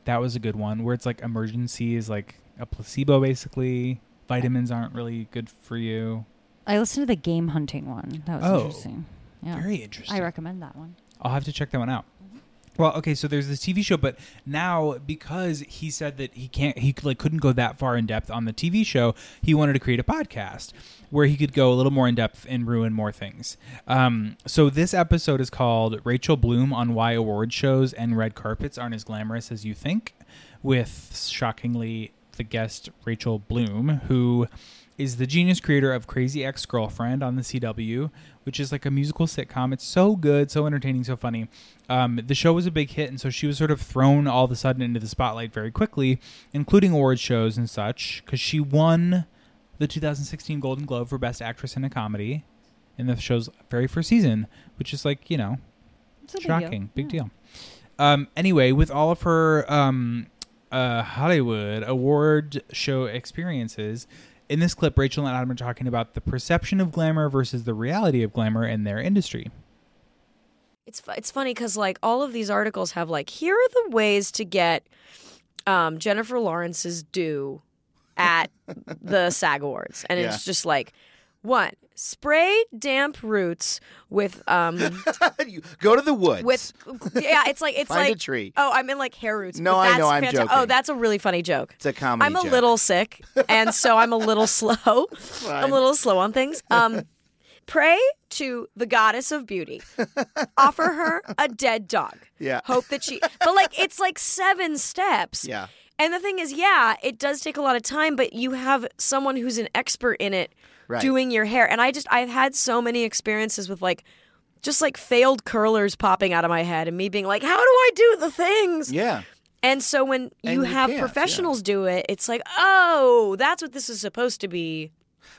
S1: That was a good one where it's like emergency is like a placebo basically. Vitamins aren't really good for you.
S2: I listened to the game hunting one. That was
S1: Oh.
S2: interesting. Yeah,
S1: Very interesting.
S2: I Mm-hmm. recommend that one.
S1: I'll have to check that one out. Well, okay, so there's this TV show, but now because he said that he can't, he like couldn't go that far in depth on the TV show. He wanted to create a podcast where he could go a little more in depth and ruin more things. Um, so this episode is called "Rachel Bloom on Why Award Shows and Red Carpets Aren't as Glamorous as You Think," with shockingly the guest Rachel Bloom, who is the genius creator of Crazy Ex Girlfriend on the CW, which is like a musical sitcom. It's so good, so entertaining, so funny. Um, the show was a big hit, and so she was sort of thrown all of a sudden into the spotlight very quickly, including award shows and such, because she won the 2016 Golden Globe for Best Actress in a Comedy in the show's very first season, which is like, you know,
S2: It's a big deal.
S1: Shocking. Big deal. Um, anyway, with all of her um, uh, Hollywood award show experiences, in this clip, Rachel and Adam are talking about the perception of glamour versus the reality of glamour in their industry.
S6: It's fu- it's funny because like all of these articles have like here are the ways to get um, Jennifer Lawrence's due at
S7: <laughs>
S6: the SAG Awards, and it's just like one spray damp roots with
S7: <laughs>
S6: um
S7: You go to the woods.
S6: with yeah it's like it's
S7: Find a
S6: like
S7: tree.
S6: oh I'm in like hair roots
S7: No,
S6: but
S7: I
S6: that's
S7: know, I'm
S6: fanta- oh
S7: joking.
S6: that's a really funny joke
S7: it's a comedy.
S6: I'm a
S7: joke.
S6: little sick, and so I'm a
S7: <laughs>
S6: little slow. I'm a little slow on things. Um, pray to the goddess of beauty. Offer her a dead dog.
S7: Yeah.
S6: Hope that she. But like, it's like seven steps.
S7: Yeah.
S6: And the thing is, yeah, it does take a lot of time, but you have someone who's an expert in it
S7: Right.
S6: doing your hair. And I just, I've had so many experiences with like, just like failed curlers popping out of my head and me being like, how do I do the things?
S7: Yeah.
S6: And so when
S7: And you
S6: you have
S7: can't, yeah.
S6: professionals do it, it's like, oh, that's what this is supposed to be.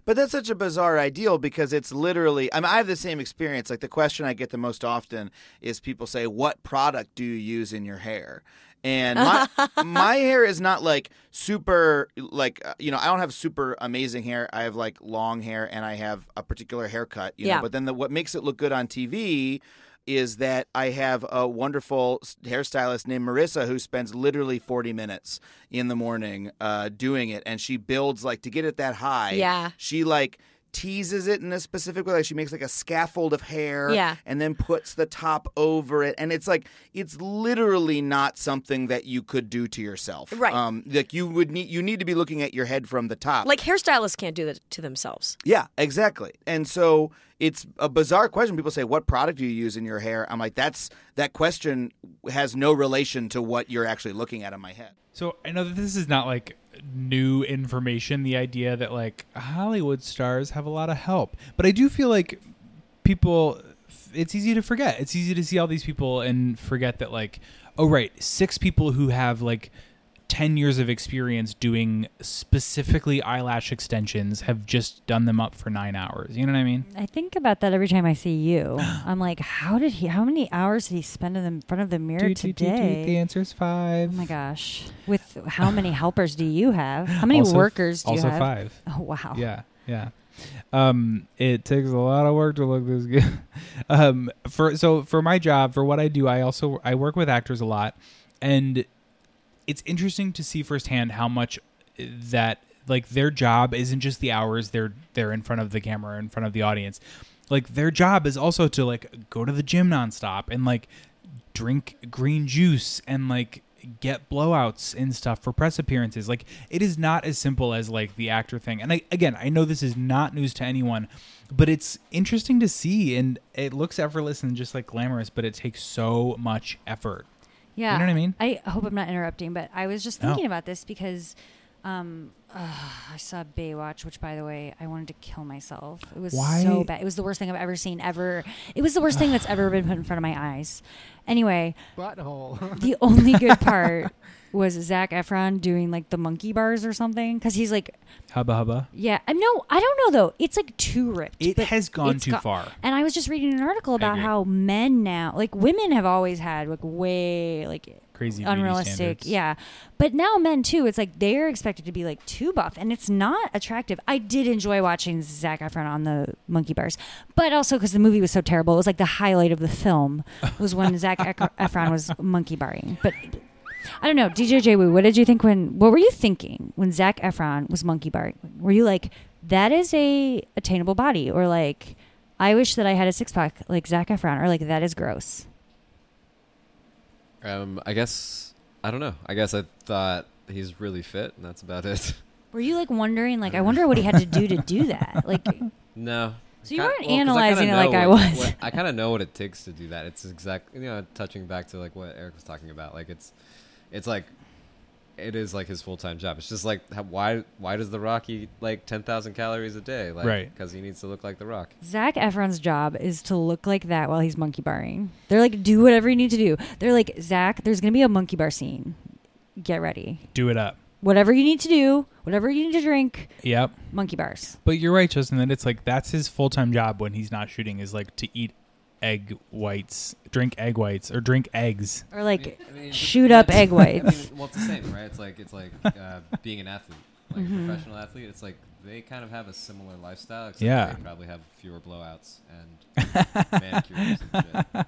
S7: But that's such a bizarre ideal because it's literally. I mean, I have the same experience. Like the question I get the most often is people say, "What product do you use in your hair?" And my
S6: <laughs>
S7: my hair is not like super like uh, you know I don't have super amazing hair. I have like long hair and I have a particular haircut. You
S6: Yeah.
S7: Know? But then the, what makes it look good on TV is that I have a wonderful s- hairstylist named Marissa who spends literally 40 minutes in the morning uh, doing it, and she builds like to get it that high.
S6: Yeah.
S7: she like teases it in a specific way like she makes like a scaffold of hair
S6: Yeah.
S7: and then puts the top over it and it's like it's literally not something that you could do to yourself
S6: Right.
S7: um like you would need you need to be looking at your head from the top
S6: Like hairstylists can't do that to themselves.
S7: yeah, exactly. And so it's a bizarre question. People say, "What product do you use in your hair?" I'm like, "That's that question has no relation to what you're actually looking at in my head."
S1: So I know that this is not like new information, the idea that like Hollywood stars have a lot of help. But I do feel like people it's easy to forget. It's easy to see all these people and forget that like oh right, six people who have like 10 years of experience doing specifically eyelash extensions have just done them up for 9 hours. You know what I mean?
S2: I think about that every time I see
S1: <gasps>
S2: you. I'm like, how did he? How many hours did he spend in the- in front of the mirror
S1: Do, do, do, do.
S2: today?
S1: The answer is 5.
S2: Oh my gosh! With how
S1: <sighs>
S2: many helpers do you have? How many
S1: Also f-
S2: workers do you
S1: also
S2: have?
S1: 5.
S2: Oh wow!
S1: Yeah, yeah. Um, it takes a lot of work to look this good. <laughs> um, for so for my job, for what I do, I also I work with actors a lot, and it's interesting to see firsthand how much that like their job isn't just the hours they're they're in front of the camera, in front of the audience. Like their job is also to like go to the gym nonstop and like drink green juice and like get blowouts and stuff for press appearances. Like it is not as simple as like the actor thing. And I again, I know this is not news to anyone, but it's interesting to see and it looks effortless and just like glamorous, but it takes so much effort.
S2: Yeah.
S1: You know what I mean?
S2: I hope I'm not interrupting, but I was just
S1: No.
S2: thinking about this because um, ugh, I saw Baywatch, which, by the way, I wanted to kill myself. It was
S1: Why-
S2: so bad. It was the worst thing I've ever seen, ever. It was the worst thing that's ever been put in front of my eyes. Anyway,
S4: Butthole.
S2: the only
S1: <laughs>
S2: good part was Zach Efron doing like the monkey bars or something because he's like,
S1: Hubba hubba.
S2: yeah, I no, I don't know though. It's like too ripped.
S1: It
S2: but
S1: has gone
S2: it's
S1: too far.
S2: And I was just reading an article about
S1: agree.
S2: how men now, like women, have always had like way like
S1: Crazy beauty
S2: unrealistic
S1: standards.
S2: yeah but now men too it's like they're expected to be like too buff and it's not attractive i did enjoy watching zach efron on the monkey bars but also because the movie was so terrible it was like the highlight of the film was
S1: <laughs>
S2: when zach Ec- efron was monkey barring but i don't know dj J-Woo, what did you think when what were you thinking when zach efron was monkey barring were you like that is a attainable body or like i wish that i had a six-pack like zach efron or like that is gross
S8: Um, I guess I don't know. I guess I thought he's really fit, and that's about it. <laughs>
S2: Were you like wondering, like, I wonder what he had to do to do that? Like,
S8: no.
S2: So you
S8: Kin-
S2: weren't
S8: 'cause I kinda
S2: analyzing it
S8: know
S2: like I
S8: what-
S2: was.
S8: what- I kind of know what it takes to do that. It's exactly you know touching back to like what Eric was talking about. Like it's, it's like, it is like his full time job. It's just like how, why why does the Rock eat like ten thousand calories a day? Like,
S1: Right.
S8: Because he needs to look like the Rock.
S2: Zach Efron's job is to look like that while he's monkey barring. They're like, do whatever you need to do. They're like, Zach, there's going to be a monkey bar scene. Get ready.
S1: Do it up.
S2: Whatever you need to do, whatever you need to drink,
S1: Yep.
S2: monkey bars.
S1: But you're right, Justin, that it's like that's his full time job when he's not shooting is like to eat egg whites, drink egg whites, or drink eggs.
S2: Or like,
S8: I mean,
S2: shoot up egg
S8: <laughs> I
S2: whites.
S8: mean, well, it's the same, right? It's like it's
S2: <laughs>
S8: like uh, being an athlete, like
S2: Mm-hmm.
S8: a professional athlete. It's like they kind of have a similar lifestyle, except
S1: Yeah.
S8: they probably have fewer blowouts and <laughs> manicures and shit.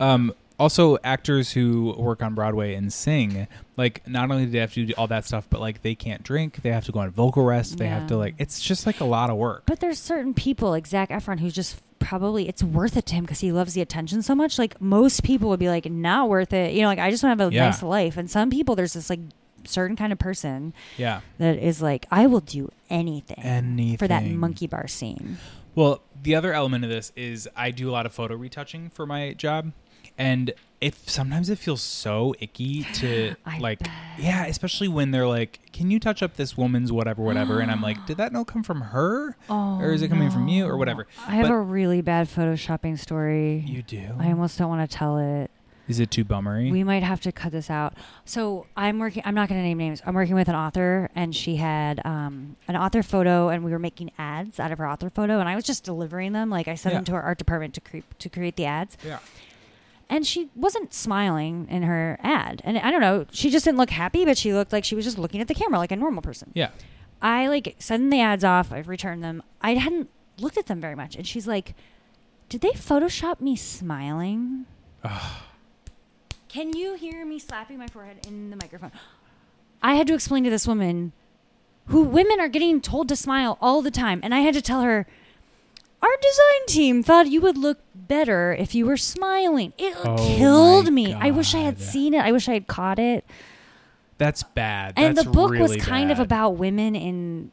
S1: Um, also, actors who work on Broadway and sing, like, not only do they have to do all that stuff, but like they can't drink, they have to go on vocal rest, they have
S2: Yeah.
S1: to like, it's just like a lot of work.
S2: But there's certain people like Zach Efron who's just probably it's worth it to him because he loves the attention so much. Like most people would be like, not worth it. You know, like I just want to have a
S1: Yeah.
S2: nice life. And some people, there's this like certain kind of person
S1: yeah.
S2: that is like, I will do anything, for that
S1: Anything.
S2: monkey bar scene.
S1: Well, the other element of this is I do a lot of photo retouching for my job, and it sometimes it feels so icky to
S2: <gasps> I
S1: like,
S2: bet.
S1: yeah, especially when they're like, "Can you touch up this woman's whatever, whatever?" and I'm like, "Did that note come from her,
S2: Oh,
S1: or is it coming from you, or whatever?"
S2: I have
S1: But
S2: a really bad photoshopping story.
S1: you do.
S2: I almost don't want to tell it.
S1: is it too bummery?
S2: We might have to cut this out. So I'm working. I'm not going to name names. I'm working with an author, and she had um, an author photo, and we were making ads out of her author photo, and I was just delivering them. Like I sent
S1: Yeah.
S2: them to our art department to creep to create the ads,
S1: yeah.
S2: and she wasn't smiling in her ad, and I don't know. She just didn't look happy, but she looked like she was just looking at the camera like a normal person.
S1: Yeah.
S2: I like send the ads off. I've returned them. I hadn't looked at them very much, and she's like, Did they Photoshop me smiling? <sighs> Can you hear me slapping my forehead in the microphone? I had to explain to this woman who women are getting told to smile all the time, and I had to tell her our design team thought you would look better if you were smiling. It
S1: Oh my
S2: killed me. I wish I had
S1: God.
S2: seen it. I wish I had caught it.
S1: That's bad.
S2: And
S1: That's
S2: the book was
S1: really
S2: kind of
S1: bad.
S2: about women in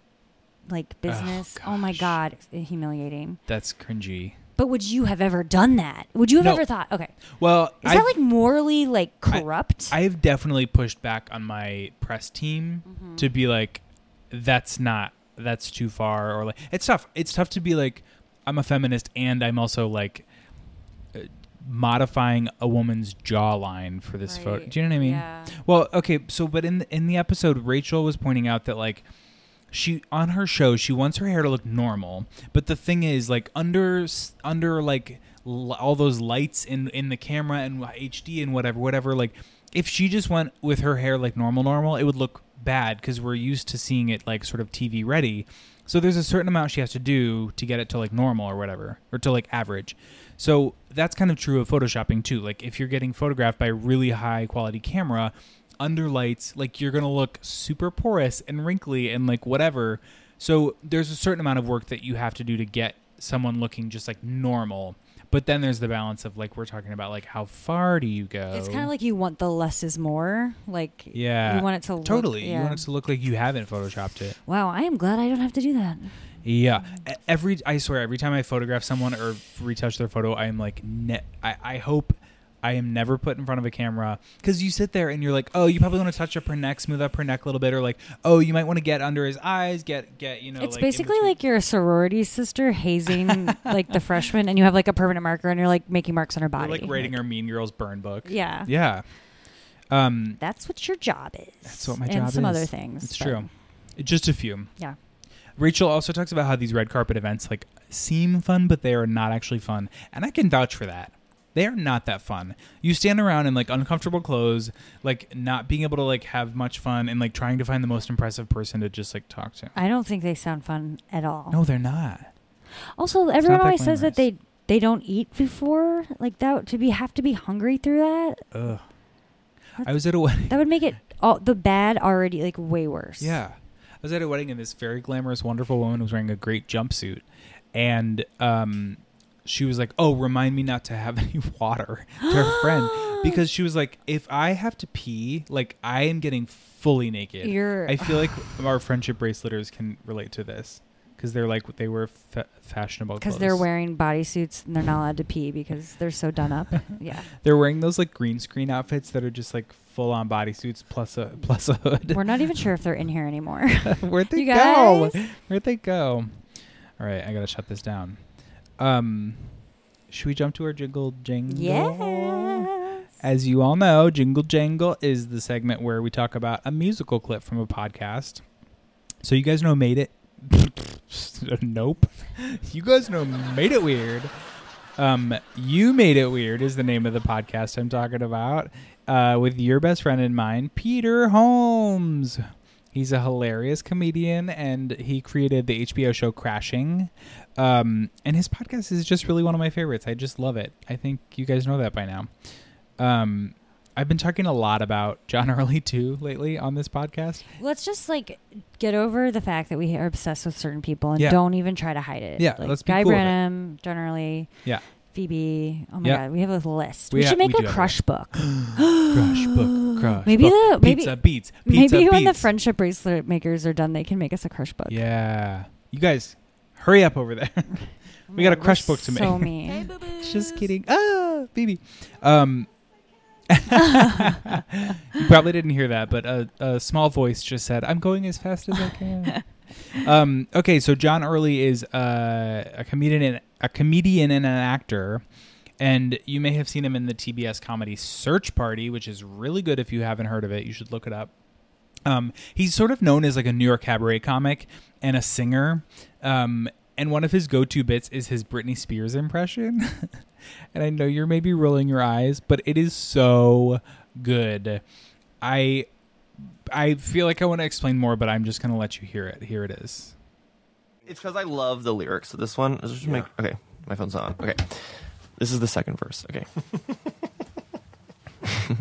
S2: like business. Oh, my
S1: gosh.
S2: god, it's humiliating.
S1: That's cringy.
S2: But would you have ever done that? Would you have
S1: No.
S2: ever thought, okay,
S1: Well,
S2: is
S1: I've-
S2: that like morally like corrupt?
S1: I have definitely pushed back on my press team
S2: Mm-hmm.
S1: to be like, that's not, that's too far, or like, it's tough. It's tough to be like, I'm a feminist and I'm also like uh, modifying a woman's jawline for this photo.
S2: Right.
S1: Do you know what I mean?
S2: Yeah.
S1: Well, okay, so but in in the episode, Rachel was pointing out that like she on her show she wants her hair to look normal, but the thing is like under s- under like l- all those lights in in the camera and HD and whatever whatever like if she just went with her hair like normal normal, it would look bad because we're used to seeing it like sort of TV ready. So there's a certain amount she has to do to get it to like normal or whatever, or to like average. So that's kind of true of photoshopping too. Like if you're getting photographed by a really high quality camera under lights, like you're gonna look super porous and wrinkly and like whatever. So there's a certain amount of work that you have to do to get someone looking just like normal. But then there's the balance of like we're talking about like how far do you go?
S2: it's kind of like you want the less is more. Like
S1: yeah,
S2: you want it to look-
S1: totally.
S2: yeah.
S1: You want it to look like you haven't photoshopped it.
S2: Wow, I am glad I don't have to do that.
S1: Yeah. E- Every I swear, every time I photograph someone or retouch their photo, I am like, ne- I, I hope I am never put in front of a camera because you sit there and you're like, oh, you probably want to touch up her neck, smooth up her neck a little bit, or like, oh, you might want to get under his eyes, get get you know.
S2: it's
S1: like, in
S2: basically
S1: between-
S2: like you're a sorority sister
S1: <laughs>
S2: hazing like the freshman, and you have like a permanent marker, and you're like making marks on her
S1: We're,
S2: body.
S1: like rating our Mean Girls burn book.
S2: Yeah.
S1: Yeah. Um,
S2: That's what your job is.
S1: that's what my
S2: and
S1: job
S2: some
S1: is.
S2: other things.
S1: It's
S2: but-
S1: true. Just a few.
S2: Yeah.
S1: Rachel also talks about how these red carpet events like seem fun, but they are not actually fun, and I can vouch for that. They are not that fun. You stand around in like uncomfortable clothes, like not being able to like have much fun, and like trying to find the most impressive person to just like talk to.
S2: I don't think they sound fun at all.
S1: No, they're not.
S2: Also, everyone
S1: that
S2: always says that
S1: glamorous.
S2: they they don't eat before like that to be have to be hungry through that.
S1: Ugh. I was at a wedding.
S2: That would make it all the bad already like way worse.
S1: Yeah. I was at a wedding and this very glamorous, wonderful woman was wearing a great jumpsuit. And um, she was like, Oh, remind me not to have <laughs> any water to
S2: <gasps>
S1: her friend. Because she was like, If I have to pee, like, I am getting fully naked.
S2: You're-
S1: I feel like our friendship braceleters can relate to this because they're like, they were fa- fashionable
S2: Because they're
S1: clothes.
S2: wearing bodysuits and they're not allowed to pee because they're so done
S1: <laughs>
S2: up. yeah.
S1: They're wearing those like green screen outfits that are just like full on bodysuits plus a plus a hood.
S2: We're not even sure if they're in here anymore.
S1: <laughs> Where'd they
S2: You
S1: go?
S2: guys?
S1: Where'd they go? All right, I gotta shut this down. Um, should we jump to our jingle
S2: <laughs>
S1: jangle?
S2: yeah.
S1: As you all know, Jingle Jangle is the segment where we talk about a musical clip from a podcast. So you guys know Made It? <laughs> nope. You guys know Made It Weird. Um, you Made It Weird is the name of the podcast I'm talking about uh, with your best friend in mind, Peter Holmes. He's a hilarious comedian and he created the HBO show Crashing. Um, and his podcast is just really one of my favorites. I just love it. I think you guys know that by now. Um, I've been talking a lot about John <laughs> Early too lately on this podcast.
S2: Let's just like get over the fact that we are obsessed with certain people and
S1: Yeah.
S2: don't even try to hide it.
S1: Yeah,
S2: Like,
S1: let's be
S2: Guy
S1: cool with it.
S2: Branum, John Early,
S1: Yeah.
S2: Phoebe. Oh my
S1: Yeah.
S2: god, we have a list.
S1: We
S2: We,
S1: ha-
S2: should make
S1: we do
S2: a
S1: have a
S2: crush book.
S1: <gasps> Crush book, crush.
S2: Maybe
S1: book.
S2: the- maybe-
S1: pizza beats. Pizza
S2: Maybe
S1: beats.
S2: when the friendship bracelet makers are done, they can make us a crush book.
S1: Yeah, you guys, hurry up over there. <laughs> we got a
S2: We're
S1: crush book to make.
S2: So <laughs> mean.
S1: Just kidding. Ah, baby. Um, <laughs> you probably didn't hear that, but a, a small voice just said, "I'm going as fast as I can." um, okay, so John Early is uh, a comedian, and, a comedian and an actor, and you may have seen him in the TBS comedy Search Party, which is really good. If you haven't heard of it, you should look it up. Um, he's sort of known as like a New York cabaret comic and a singer. Um, and one of his go-to bits is his Britney Spears impression. and I know you're maybe rolling your eyes, but it is so good. I I feel like I want to explain more, but I'm just gonna let you hear it. Here it is.
S9: It's because I love the lyrics of this one. Does it just make- okay. My phone's on. Okay. This is the second verse. Okay. <laughs>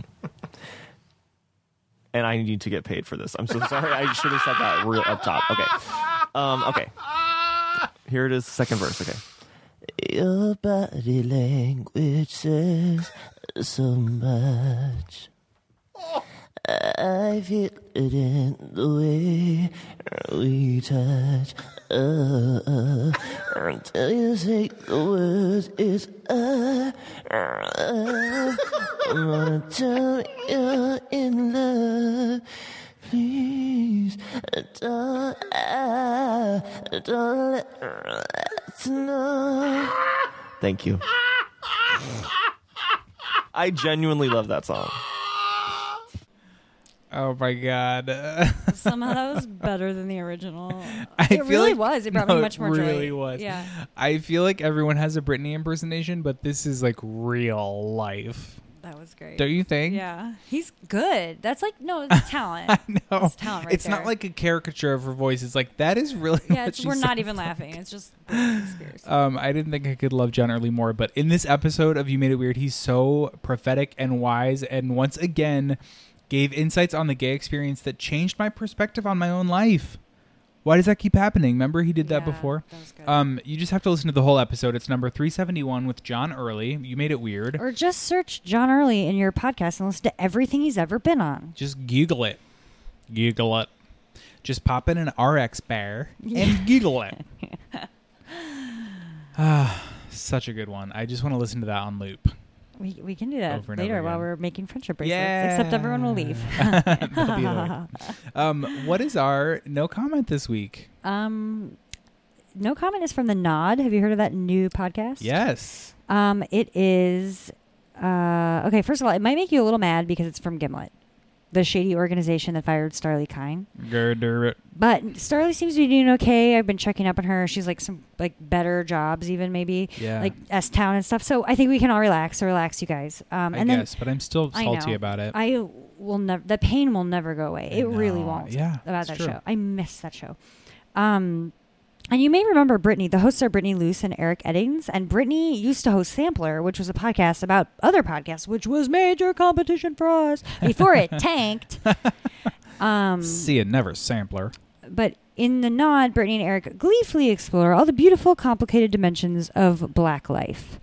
S9: and I need to get paid for this. I'm so sorry. I should have said that real up top. Okay. Um, okay. Here it is, second verse. Okay. Your body language says so much. I feel it in the way we touch. Uh, until you say the words, it's uh, uh, I wanna tell you in love. Please don't, uh, don't let us know. Thank you. I genuinely love that song.
S1: Oh my god. <laughs>
S10: Somehow that was better than the original.
S1: I
S2: It
S1: feel
S2: really
S1: like-
S2: was. It brought
S1: <laughs> no,
S2: me much more
S1: it
S2: joy.
S1: really was.
S2: Yeah.
S1: I feel like everyone has a Britney impersonation, but this is like real life.
S2: That was great.
S1: Don't you think? <laughs>
S10: Yeah.
S2: He's good. That's like no, it's talent.
S1: No.
S2: It's talent right
S1: It's not
S2: there.
S1: like a caricature of her voice. It's like that is really
S2: yeah,
S1: <laughs> what
S2: it's,
S1: she
S2: we're not
S1: sounds
S2: even
S1: like.
S2: laughing. It's just Britney Spears.
S1: Um, I didn't think I could love John Early more, but in this episode of You Made It Weird, he's so prophetic and wise, and once again gave insights on the gay experience that changed my perspective on my own life. Why does that keep happening? Remember he did that
S2: Yeah,
S1: before.
S2: That was good.
S1: Um, you just have to listen to the whole episode. It's number three seventy one with John Early. You made it weird.
S2: or just search John Early in your podcast and listen to everything he's ever been on.
S1: Just Google it. Google it. Just pop in an RX bar <laughs>
S2: <laughs>
S1: and Google it. Ah, such a good one. I just want to listen to that on loop.
S2: We, we can do that
S1: Over and over
S2: later while
S1: again.
S2: we're making friendship bracelets. Except everyone will
S1: <laughs>
S2: leave. <laughs>
S1: They'll be there. um, what is our no comment this week?
S2: Um, no comment is from the Nod. Have you heard of that new podcast?
S1: Yes.
S2: Um, it is. Uh, okay, first of all, it might make you a little mad because it's from Gimlet, the shady organization that fired Starly Kine.
S1: Gerder.
S2: But Starly seems to be doing okay. I've been checking up on her. She's like some like better jobs, even maybe
S1: Yeah.
S2: like S Town and stuff. So I think we can all relax. So relax, you guys. Um,
S1: I
S2: and
S1: guess, but I'm still
S2: I
S1: salty
S2: know.
S1: about it.
S2: I will never. The pain will never go away.
S1: I
S2: It really
S1: know.
S2: won't.
S1: Yeah,
S2: about
S1: it's
S2: that
S1: true.
S2: show. I miss that show. Um, and you may remember Brittany. The hosts are Brittany Luce and Eric Eddings. And Brittany used to host Sampler, which was a podcast about other podcasts, which was major competition for us before
S1: <laughs>
S2: it tanked. Um,
S1: See a never sampler.
S2: but in the nod, Brittany and Eric gleefully explore all the beautiful, complicated dimensions of black life.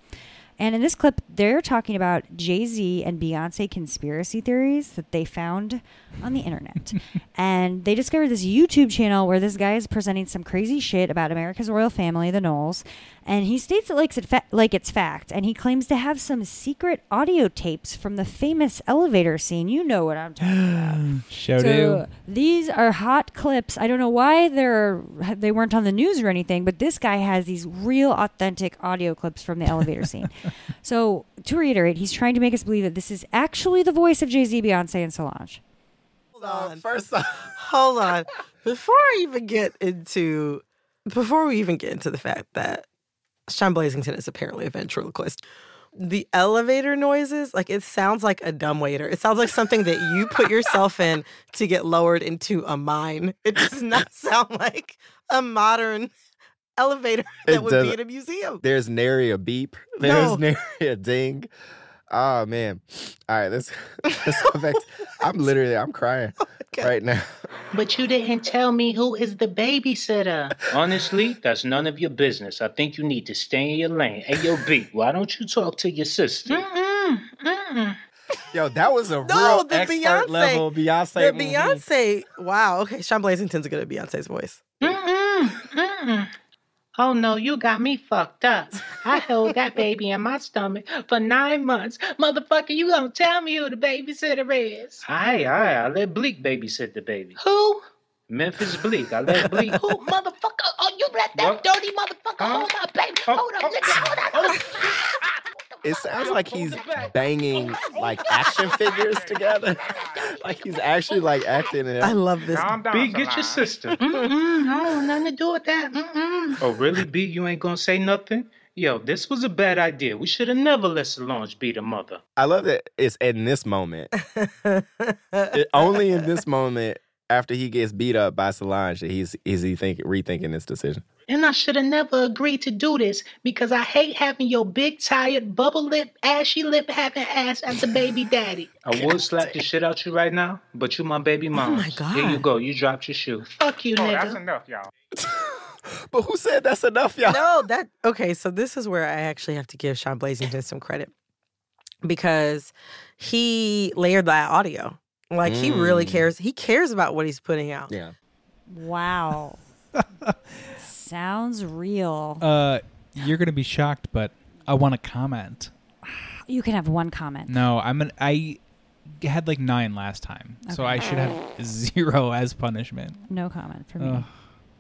S2: And in this clip, they're talking about Jay Z and Beyonce conspiracy theories that they found on the internet. and they discovered this YouTube channel where this guy is presenting some crazy shit about America's royal family, the Knowles. And he states it like, it fa- like it's fact. And he claims to have some secret audio tapes from the famous elevator scene. You know what I'm talking about.
S1: Show
S2: So
S1: do.
S2: these are hot clips. I don't know why they're they weren't on the news or anything, but this guy has these real authentic audio clips from the elevator
S1: <laughs>
S2: scene. So to reiterate, he's trying to make us believe that this is actually the voice of Jay Z, Beyonce, and Solange.
S11: Hold
S9: <laughs>
S11: on. First off, hold on. Before I even get into, before we even get into the fact that Sean Blazington is apparently a ventriloquist, the elevator noises, like it sounds like a dumbwaiter. It sounds like something that you put yourself in to get lowered into a mine. It does
S9: <laughs>
S11: not sound like a modern elevator <laughs> that
S9: It
S11: would
S9: doesn't.
S11: be in a museum.
S9: There's nary a beep.
S11: No.
S9: There's nary a ding. Oh man. All right, let's let's go back. to- I'm literally I'm crying
S11: God.
S9: right now.
S12: But you didn't tell me who is the babysitter. Honestly, that's none of your business. I think you need to stay in your lane. Hey, yo, B, why don't you talk to your sister?
S9: Yo, that was a
S11: No,
S9: real
S11: the
S9: expert
S11: Beyonce-
S9: level
S11: The
S9: Beyonce. mhm.
S11: Beyonce, wow. Oh, Okay, Sean Blazington's good at Beyonce's voice.
S12: Mm-mm, mm-mm. Oh no, you got me fucked up. I held that baby in my stomach for nine months. Motherfucker, you gonna tell me who the babysitter is? Aye, aye, I let Bleak babysit the baby. Who? Memphis Bleak. I let Bleak. who? Motherfucker, oh, you let that dirty motherfucker hold my baby. Hold up, nigga, hold up.
S9: It sounds like he's banging like action figures together. <laughs> like he's actually like acting in
S11: I love this.
S12: B, get your sister. Mm-mm, I don't want nothing to do with that. Mm-mm. Oh, really, B? You ain't gonna say nothing? Yo, this was a bad idea. We should have never let Solange be the mother.
S1: <laughs>
S9: I love that it's in this moment. It- only in this moment
S13: after he gets beat up by Solange, he's is he think rethinking this decision?
S12: And I should have never agreed to do this because I hate having your big, tired, bubble lip, ashy lip having ass as a baby daddy.
S14: I would slap the shit out you right now, but you my baby mom.
S12: my God.
S14: Here you go. You dropped your shoe.
S12: Fuck you,
S14: Oh,
S12: nigga.
S14: that's
S12: enough, y'all.
S13: But who said that's enough, y'all?
S11: No, that okay. So this is where I actually have to give Sean Blazington some credit because he layered that audio. Like he really
S2: Mm.
S11: cares. He cares about what he's putting out.
S13: Yeah.
S1: <laughs>
S2: Wow. Sounds real.
S1: Uh, you're gonna be shocked, but I want to comment.
S2: You can have one comment.
S1: No, I'm an I had like nine last time, so
S2: Okay.
S1: I should have zero as punishment.
S2: No comment for me.
S1: Ugh,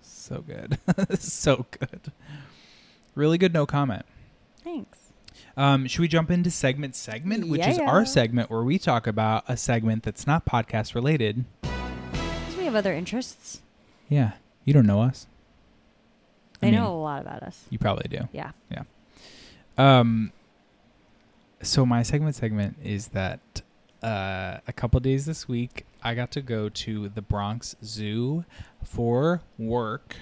S1: so good, <laughs> so good, really good. No comment.
S2: Thanks.
S1: Um, should we jump into segment segment, which is
S2: Yeah.
S1: our segment where we talk about a segment that's not podcast related.
S2: 'Cause we have other interests.
S1: Yeah, you don't know us. I
S2: They
S1: mean,
S2: know a lot about
S1: <laughs>
S2: us.
S1: You probably do.
S2: Yeah.
S1: Yeah. Um. So my segment segment is that uh, a couple days this week I got to go to the Bronx Zoo for work,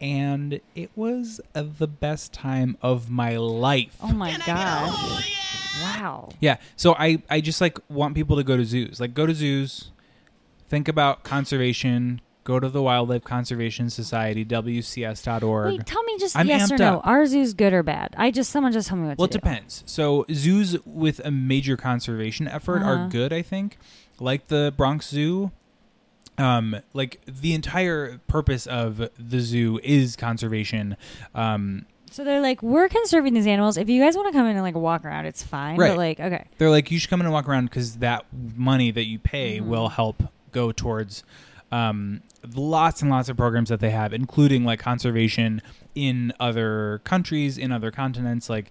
S1: and it was uh, the best time of my life.
S2: Oh my gosh. Wow.
S1: Yeah. So I I just like want people to go to zoos. Like go to zoos, think about conservation, go to the Wildlife Conservation Society wcs.org.
S2: Wait, tell me just
S1: I'm
S2: yes or
S1: amped
S2: no.
S1: up.
S2: Are zoos good or bad? I just someone just tell me what
S1: Well, it
S2: to do.
S1: depends. So zoos with a major conservation effort
S2: Uh-huh.
S1: are good, I think. Like the Bronx Zoo, um, like the entire purpose of the zoo is conservation. Um,
S2: So they're like, we're conserving these animals. If you guys want to come in and like walk around, it's fine.
S1: Right.
S2: But like, okay,
S1: They're like, you should come in and walk around because that money that you pay
S2: Mhm.
S1: will help go towards um, lots and lots of programs that they have, including like conservation in other countries, in other continents, like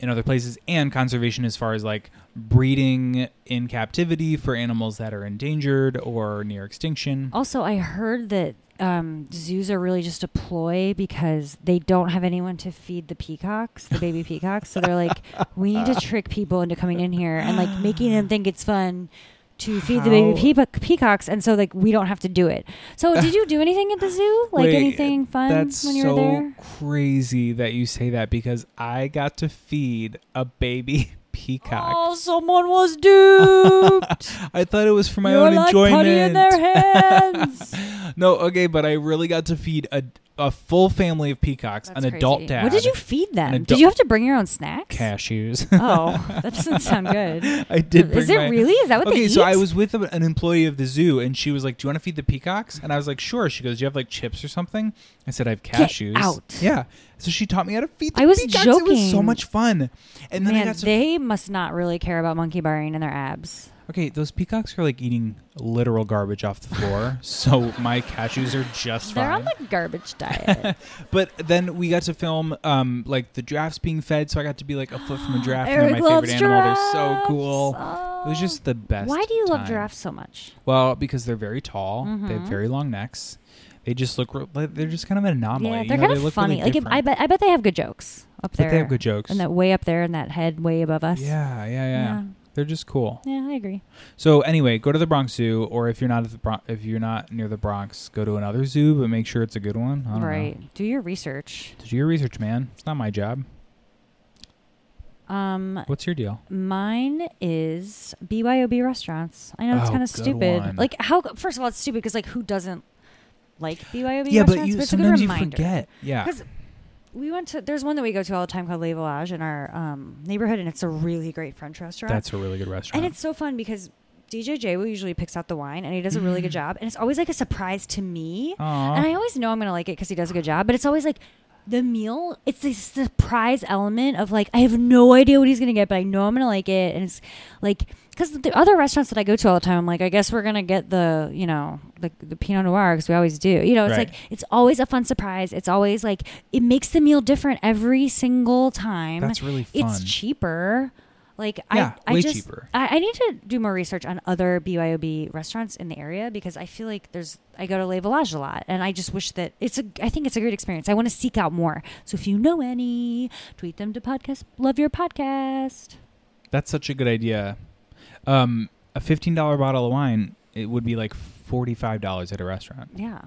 S1: in other places, and conservation as far as like breeding in captivity for animals that are endangered or near extinction.
S2: Also, I heard that um, zoos are really just a ploy because they don't have anyone to feed the peacocks, the baby peacocks. So they're like, we
S1: <laughs>
S2: need to trick people into coming in here and like making them think it's fun to feed the
S1: How-
S2: baby peacock peacocks. And so like we don't have to do it. So
S1: <laughs>
S2: did you do anything at the zoo? Like
S1: Wait,
S2: anything fun
S1: That's
S2: when you
S1: so
S2: were there?
S1: crazy that you say that because I got to feed a baby <laughs> peacock.
S2: Oh, someone was duped.
S1: I thought it was for <laughs> my
S2: You were
S1: own
S2: like
S1: enjoyment.
S2: putty in their
S1: <laughs>
S2: hands.
S1: no, okay, but I really got to feed a, a full family of peacocks, an adult dad.
S2: What did you feed them? Did
S1: an adult-
S2: you have to bring your own snacks?
S1: Cashews. <laughs>
S2: Oh, that doesn't sound good.
S1: I did. Bring
S2: Is it
S1: my-
S2: really? Is that what
S1: okay,
S2: they
S1: so
S2: eat?
S1: I was with a- an employee of the zoo, and she was like, "Do you want to feed the peacocks?" And I was like, "Sure." She goes, "Do you have like chips or something?" I said, "I have
S2: Get
S1: cashews."
S2: out.
S1: Yeah. So she taught me how to feed. The
S2: I was
S1: peacocks.
S2: joking.
S1: It was so much fun. And then I
S2: Man,
S1: got to
S2: they must not really care about monkey barring in their abs.
S1: Okay, those peacocks are like eating literal garbage off the floor, so my cashews are just
S2: They're on
S1: fine.
S2: the
S1: <laughs>
S2: garbage diet.
S1: But then we got to film um like the giraffes being fed, so I got to be like a foot from a giraffe, and
S2: Eric
S1: they're my
S2: loves
S1: favorite
S2: Oh.
S1: animal. They're so cool. It was just the best.
S2: Why do you love
S1: time.
S2: giraffes so much?
S1: Well, because they're very tall. They have
S2: Mhm.
S1: very long necks. They just look re- like they're just kind of an anomaly.
S2: yeah,
S1: You
S2: they're
S1: know,
S2: kind
S1: they
S2: of
S1: look
S2: funny.
S1: really
S2: like, if,
S1: different.
S2: I bet I bet they have good jokes up
S1: But
S2: there.
S1: they have good jokes.
S2: and that way up there, and that head way above us.
S1: yeah, yeah, yeah,
S2: Yeah.
S1: They're just cool.
S2: yeah, I agree.
S1: So anyway, go to the Bronx Zoo, or if you're not at the Bron- if you're not near the Bronx, go to another zoo, but make sure it's a good one. I don't
S2: Right.
S1: Know.
S2: Do your research.
S1: Do your research, man. It's not my job.
S2: Um,
S1: What's your deal?
S2: Mine is BYOB restaurants. I know it's
S1: Oh,
S2: kind of
S1: good
S2: stupid.
S1: one.
S2: Like how? First of all, it's stupid because like who doesn't like BYOB
S1: Yeah,
S2: restaurants?
S1: but you-
S2: it's a good
S1: sometimes you
S2: reminder.
S1: forget. Yeah.
S2: 'Cause we went to there's one that we go to all the time called Le Village in our um, neighborhood, and it's a really great French restaurant.
S1: That's a really good restaurant.
S2: And it's so fun because DJ J usually picks out the wine, and he does a really
S1: Mm.
S2: good job, and it's always like a surprise to me.
S1: Aw.
S2: And I always know I'm gonna like it because he does a good job, but it's always like. The meal, it's this surprise element of like, I have no idea what he's going to get, but I know I'm going to like it. And it's like, because the other restaurants that I go to all the time, I'm like, I guess we're going to get the, you know, the, the Pinot Noir because we always do. You know, it's
S1: Right.
S2: like, it's always a fun surprise. It's always like, it makes the meal different every single time.
S1: That's really
S2: It's
S1: fun.
S2: cheaper. Like,
S1: Yeah,
S2: I, I
S1: way
S2: just,
S1: cheaper.
S2: I, I need to do more research on other BYOB restaurants in the area because I feel like there's I go to Le Village a lot and I just wish that it's a I think it's a great experience. I want to seek out more. So if you know any, tweet them to podcast love your podcast.
S1: That's such a good idea. Um, a fifteen dollar bottle of wine it would be like forty five dollars at a restaurant.
S2: Yeah.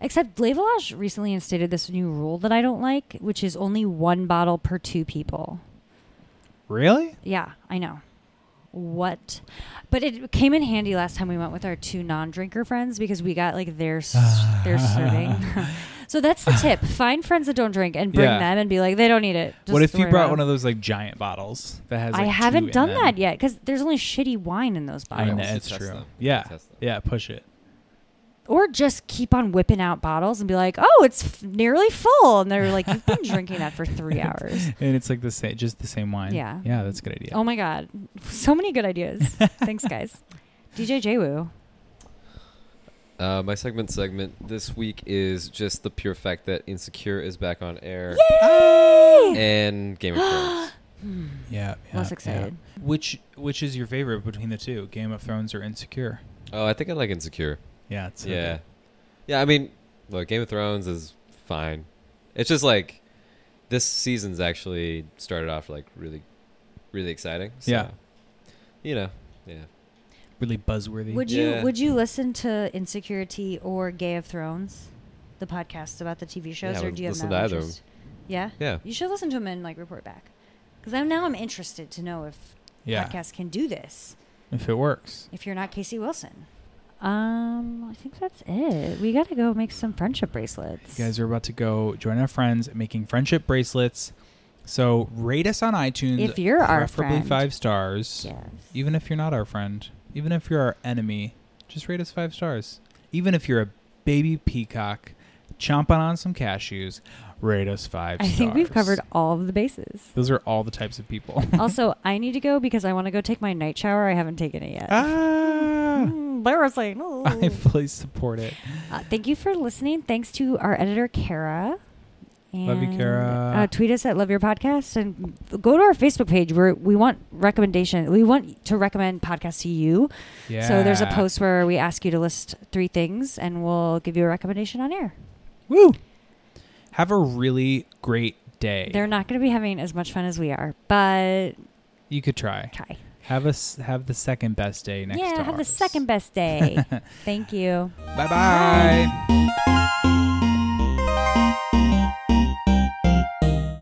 S2: Except Blavelage recently instated this new rule that I don't like, which is only one bottle per two people.
S1: Really?
S2: Yeah, I know. What? But it came in handy last time we went with our two non-drinker friends because we got like their s-
S1: <laughs>
S2: their serving. so that's the tip: find friends that don't drink and bring
S1: Yeah.
S2: them and be like, they don't need it.
S1: what if you brought one
S2: those?
S1: of those like giant bottles that has?
S2: I
S1: like, two
S2: haven't
S1: in
S2: done
S1: them?
S2: that yet because there's only shitty wine in those
S1: I
S2: bottles.
S1: know it's true. Yeah, yeah. Push it. <laughs>
S2: Or just keep on whipping out bottles and be like, oh, it's f- nearly full. And they're like, you've been drinking that for
S1: <laughs>
S2: three hours.
S1: and it's like the same, just the same wine.
S2: Yeah.
S1: yeah. That's a good idea.
S2: Oh my God. So many good ideas. Thanks, guys. <laughs> DJ Jwoo.
S8: Uh, my segment segment this week is just the pure fact that Insecure is back on air. And
S1: <gasps>
S8: Game of Thrones.
S1: Yeah, yeah,
S2: Less
S1: yeah.
S2: excited.
S1: Which which is your favorite between the two, Game of Thrones or Insecure?
S8: Oh, I think I like Insecure.
S1: Yeah, it's so
S8: yeah,
S1: good.
S8: yeah. I mean, look, Game of Thrones is fine. It's just like this season's actually started off like really, really exciting. So,
S1: Yeah.
S8: you know, yeah.
S1: Really buzzworthy.
S2: Would
S8: Yeah.
S2: you would you listen to Insecurity or Gay of Thrones, the podcasts about the TV shows,
S8: Yeah, I
S2: or
S8: would
S2: do you have
S8: listen
S2: no
S8: to either of
S2: interest?
S8: them.
S2: Yeah,
S8: Yeah.
S2: You should listen to them and like report back, because I'm now I'm interested to know if
S1: Yeah.
S2: podcasts can do this.
S1: if it works?
S2: If you're not Casey Wilson, um, I think that's it. We got to go make some friendship bracelets.
S1: You guys are about to go join our friends at making friendship bracelets. So rate us on iTunes.
S2: If you're our
S1: preferably
S2: friend.
S1: five stars.
S2: Yes.
S1: Even if you're not our friend, even if you're our enemy, just rate us five stars. Even if you're a baby peacock chomping on some cashews, rate us five
S2: I
S1: stars.
S2: think we've covered all of the <laughs> bases.
S1: Those are all the types of <laughs> people.
S2: also, I need to go because I want to go take my night shower. I haven't taken it yet. Mm,
S1: Ah.
S2: Embarrassing. Ooh.
S1: <laughs> I fully support it.
S2: Uh, thank you for listening. Thanks to our editor, Kara. And,
S1: Love you, Kara.
S2: Uh, tweet us at Love Your Podcast and go to our Facebook page where we want recommendation. We want to recommend podcasts to you. So there's a
S1: Yeah.
S2: post where we ask you to list three things and we'll give you a recommendation on air.
S1: Woo! Have a really great day.
S2: They're not going to be having as much fun as we are, but
S1: you could try.
S2: Try.
S1: Have us have the second best day next.
S2: yeah,
S1: <laughs> to
S2: have the
S1: ours.
S2: second best day. Thank you.
S1: Bye bye.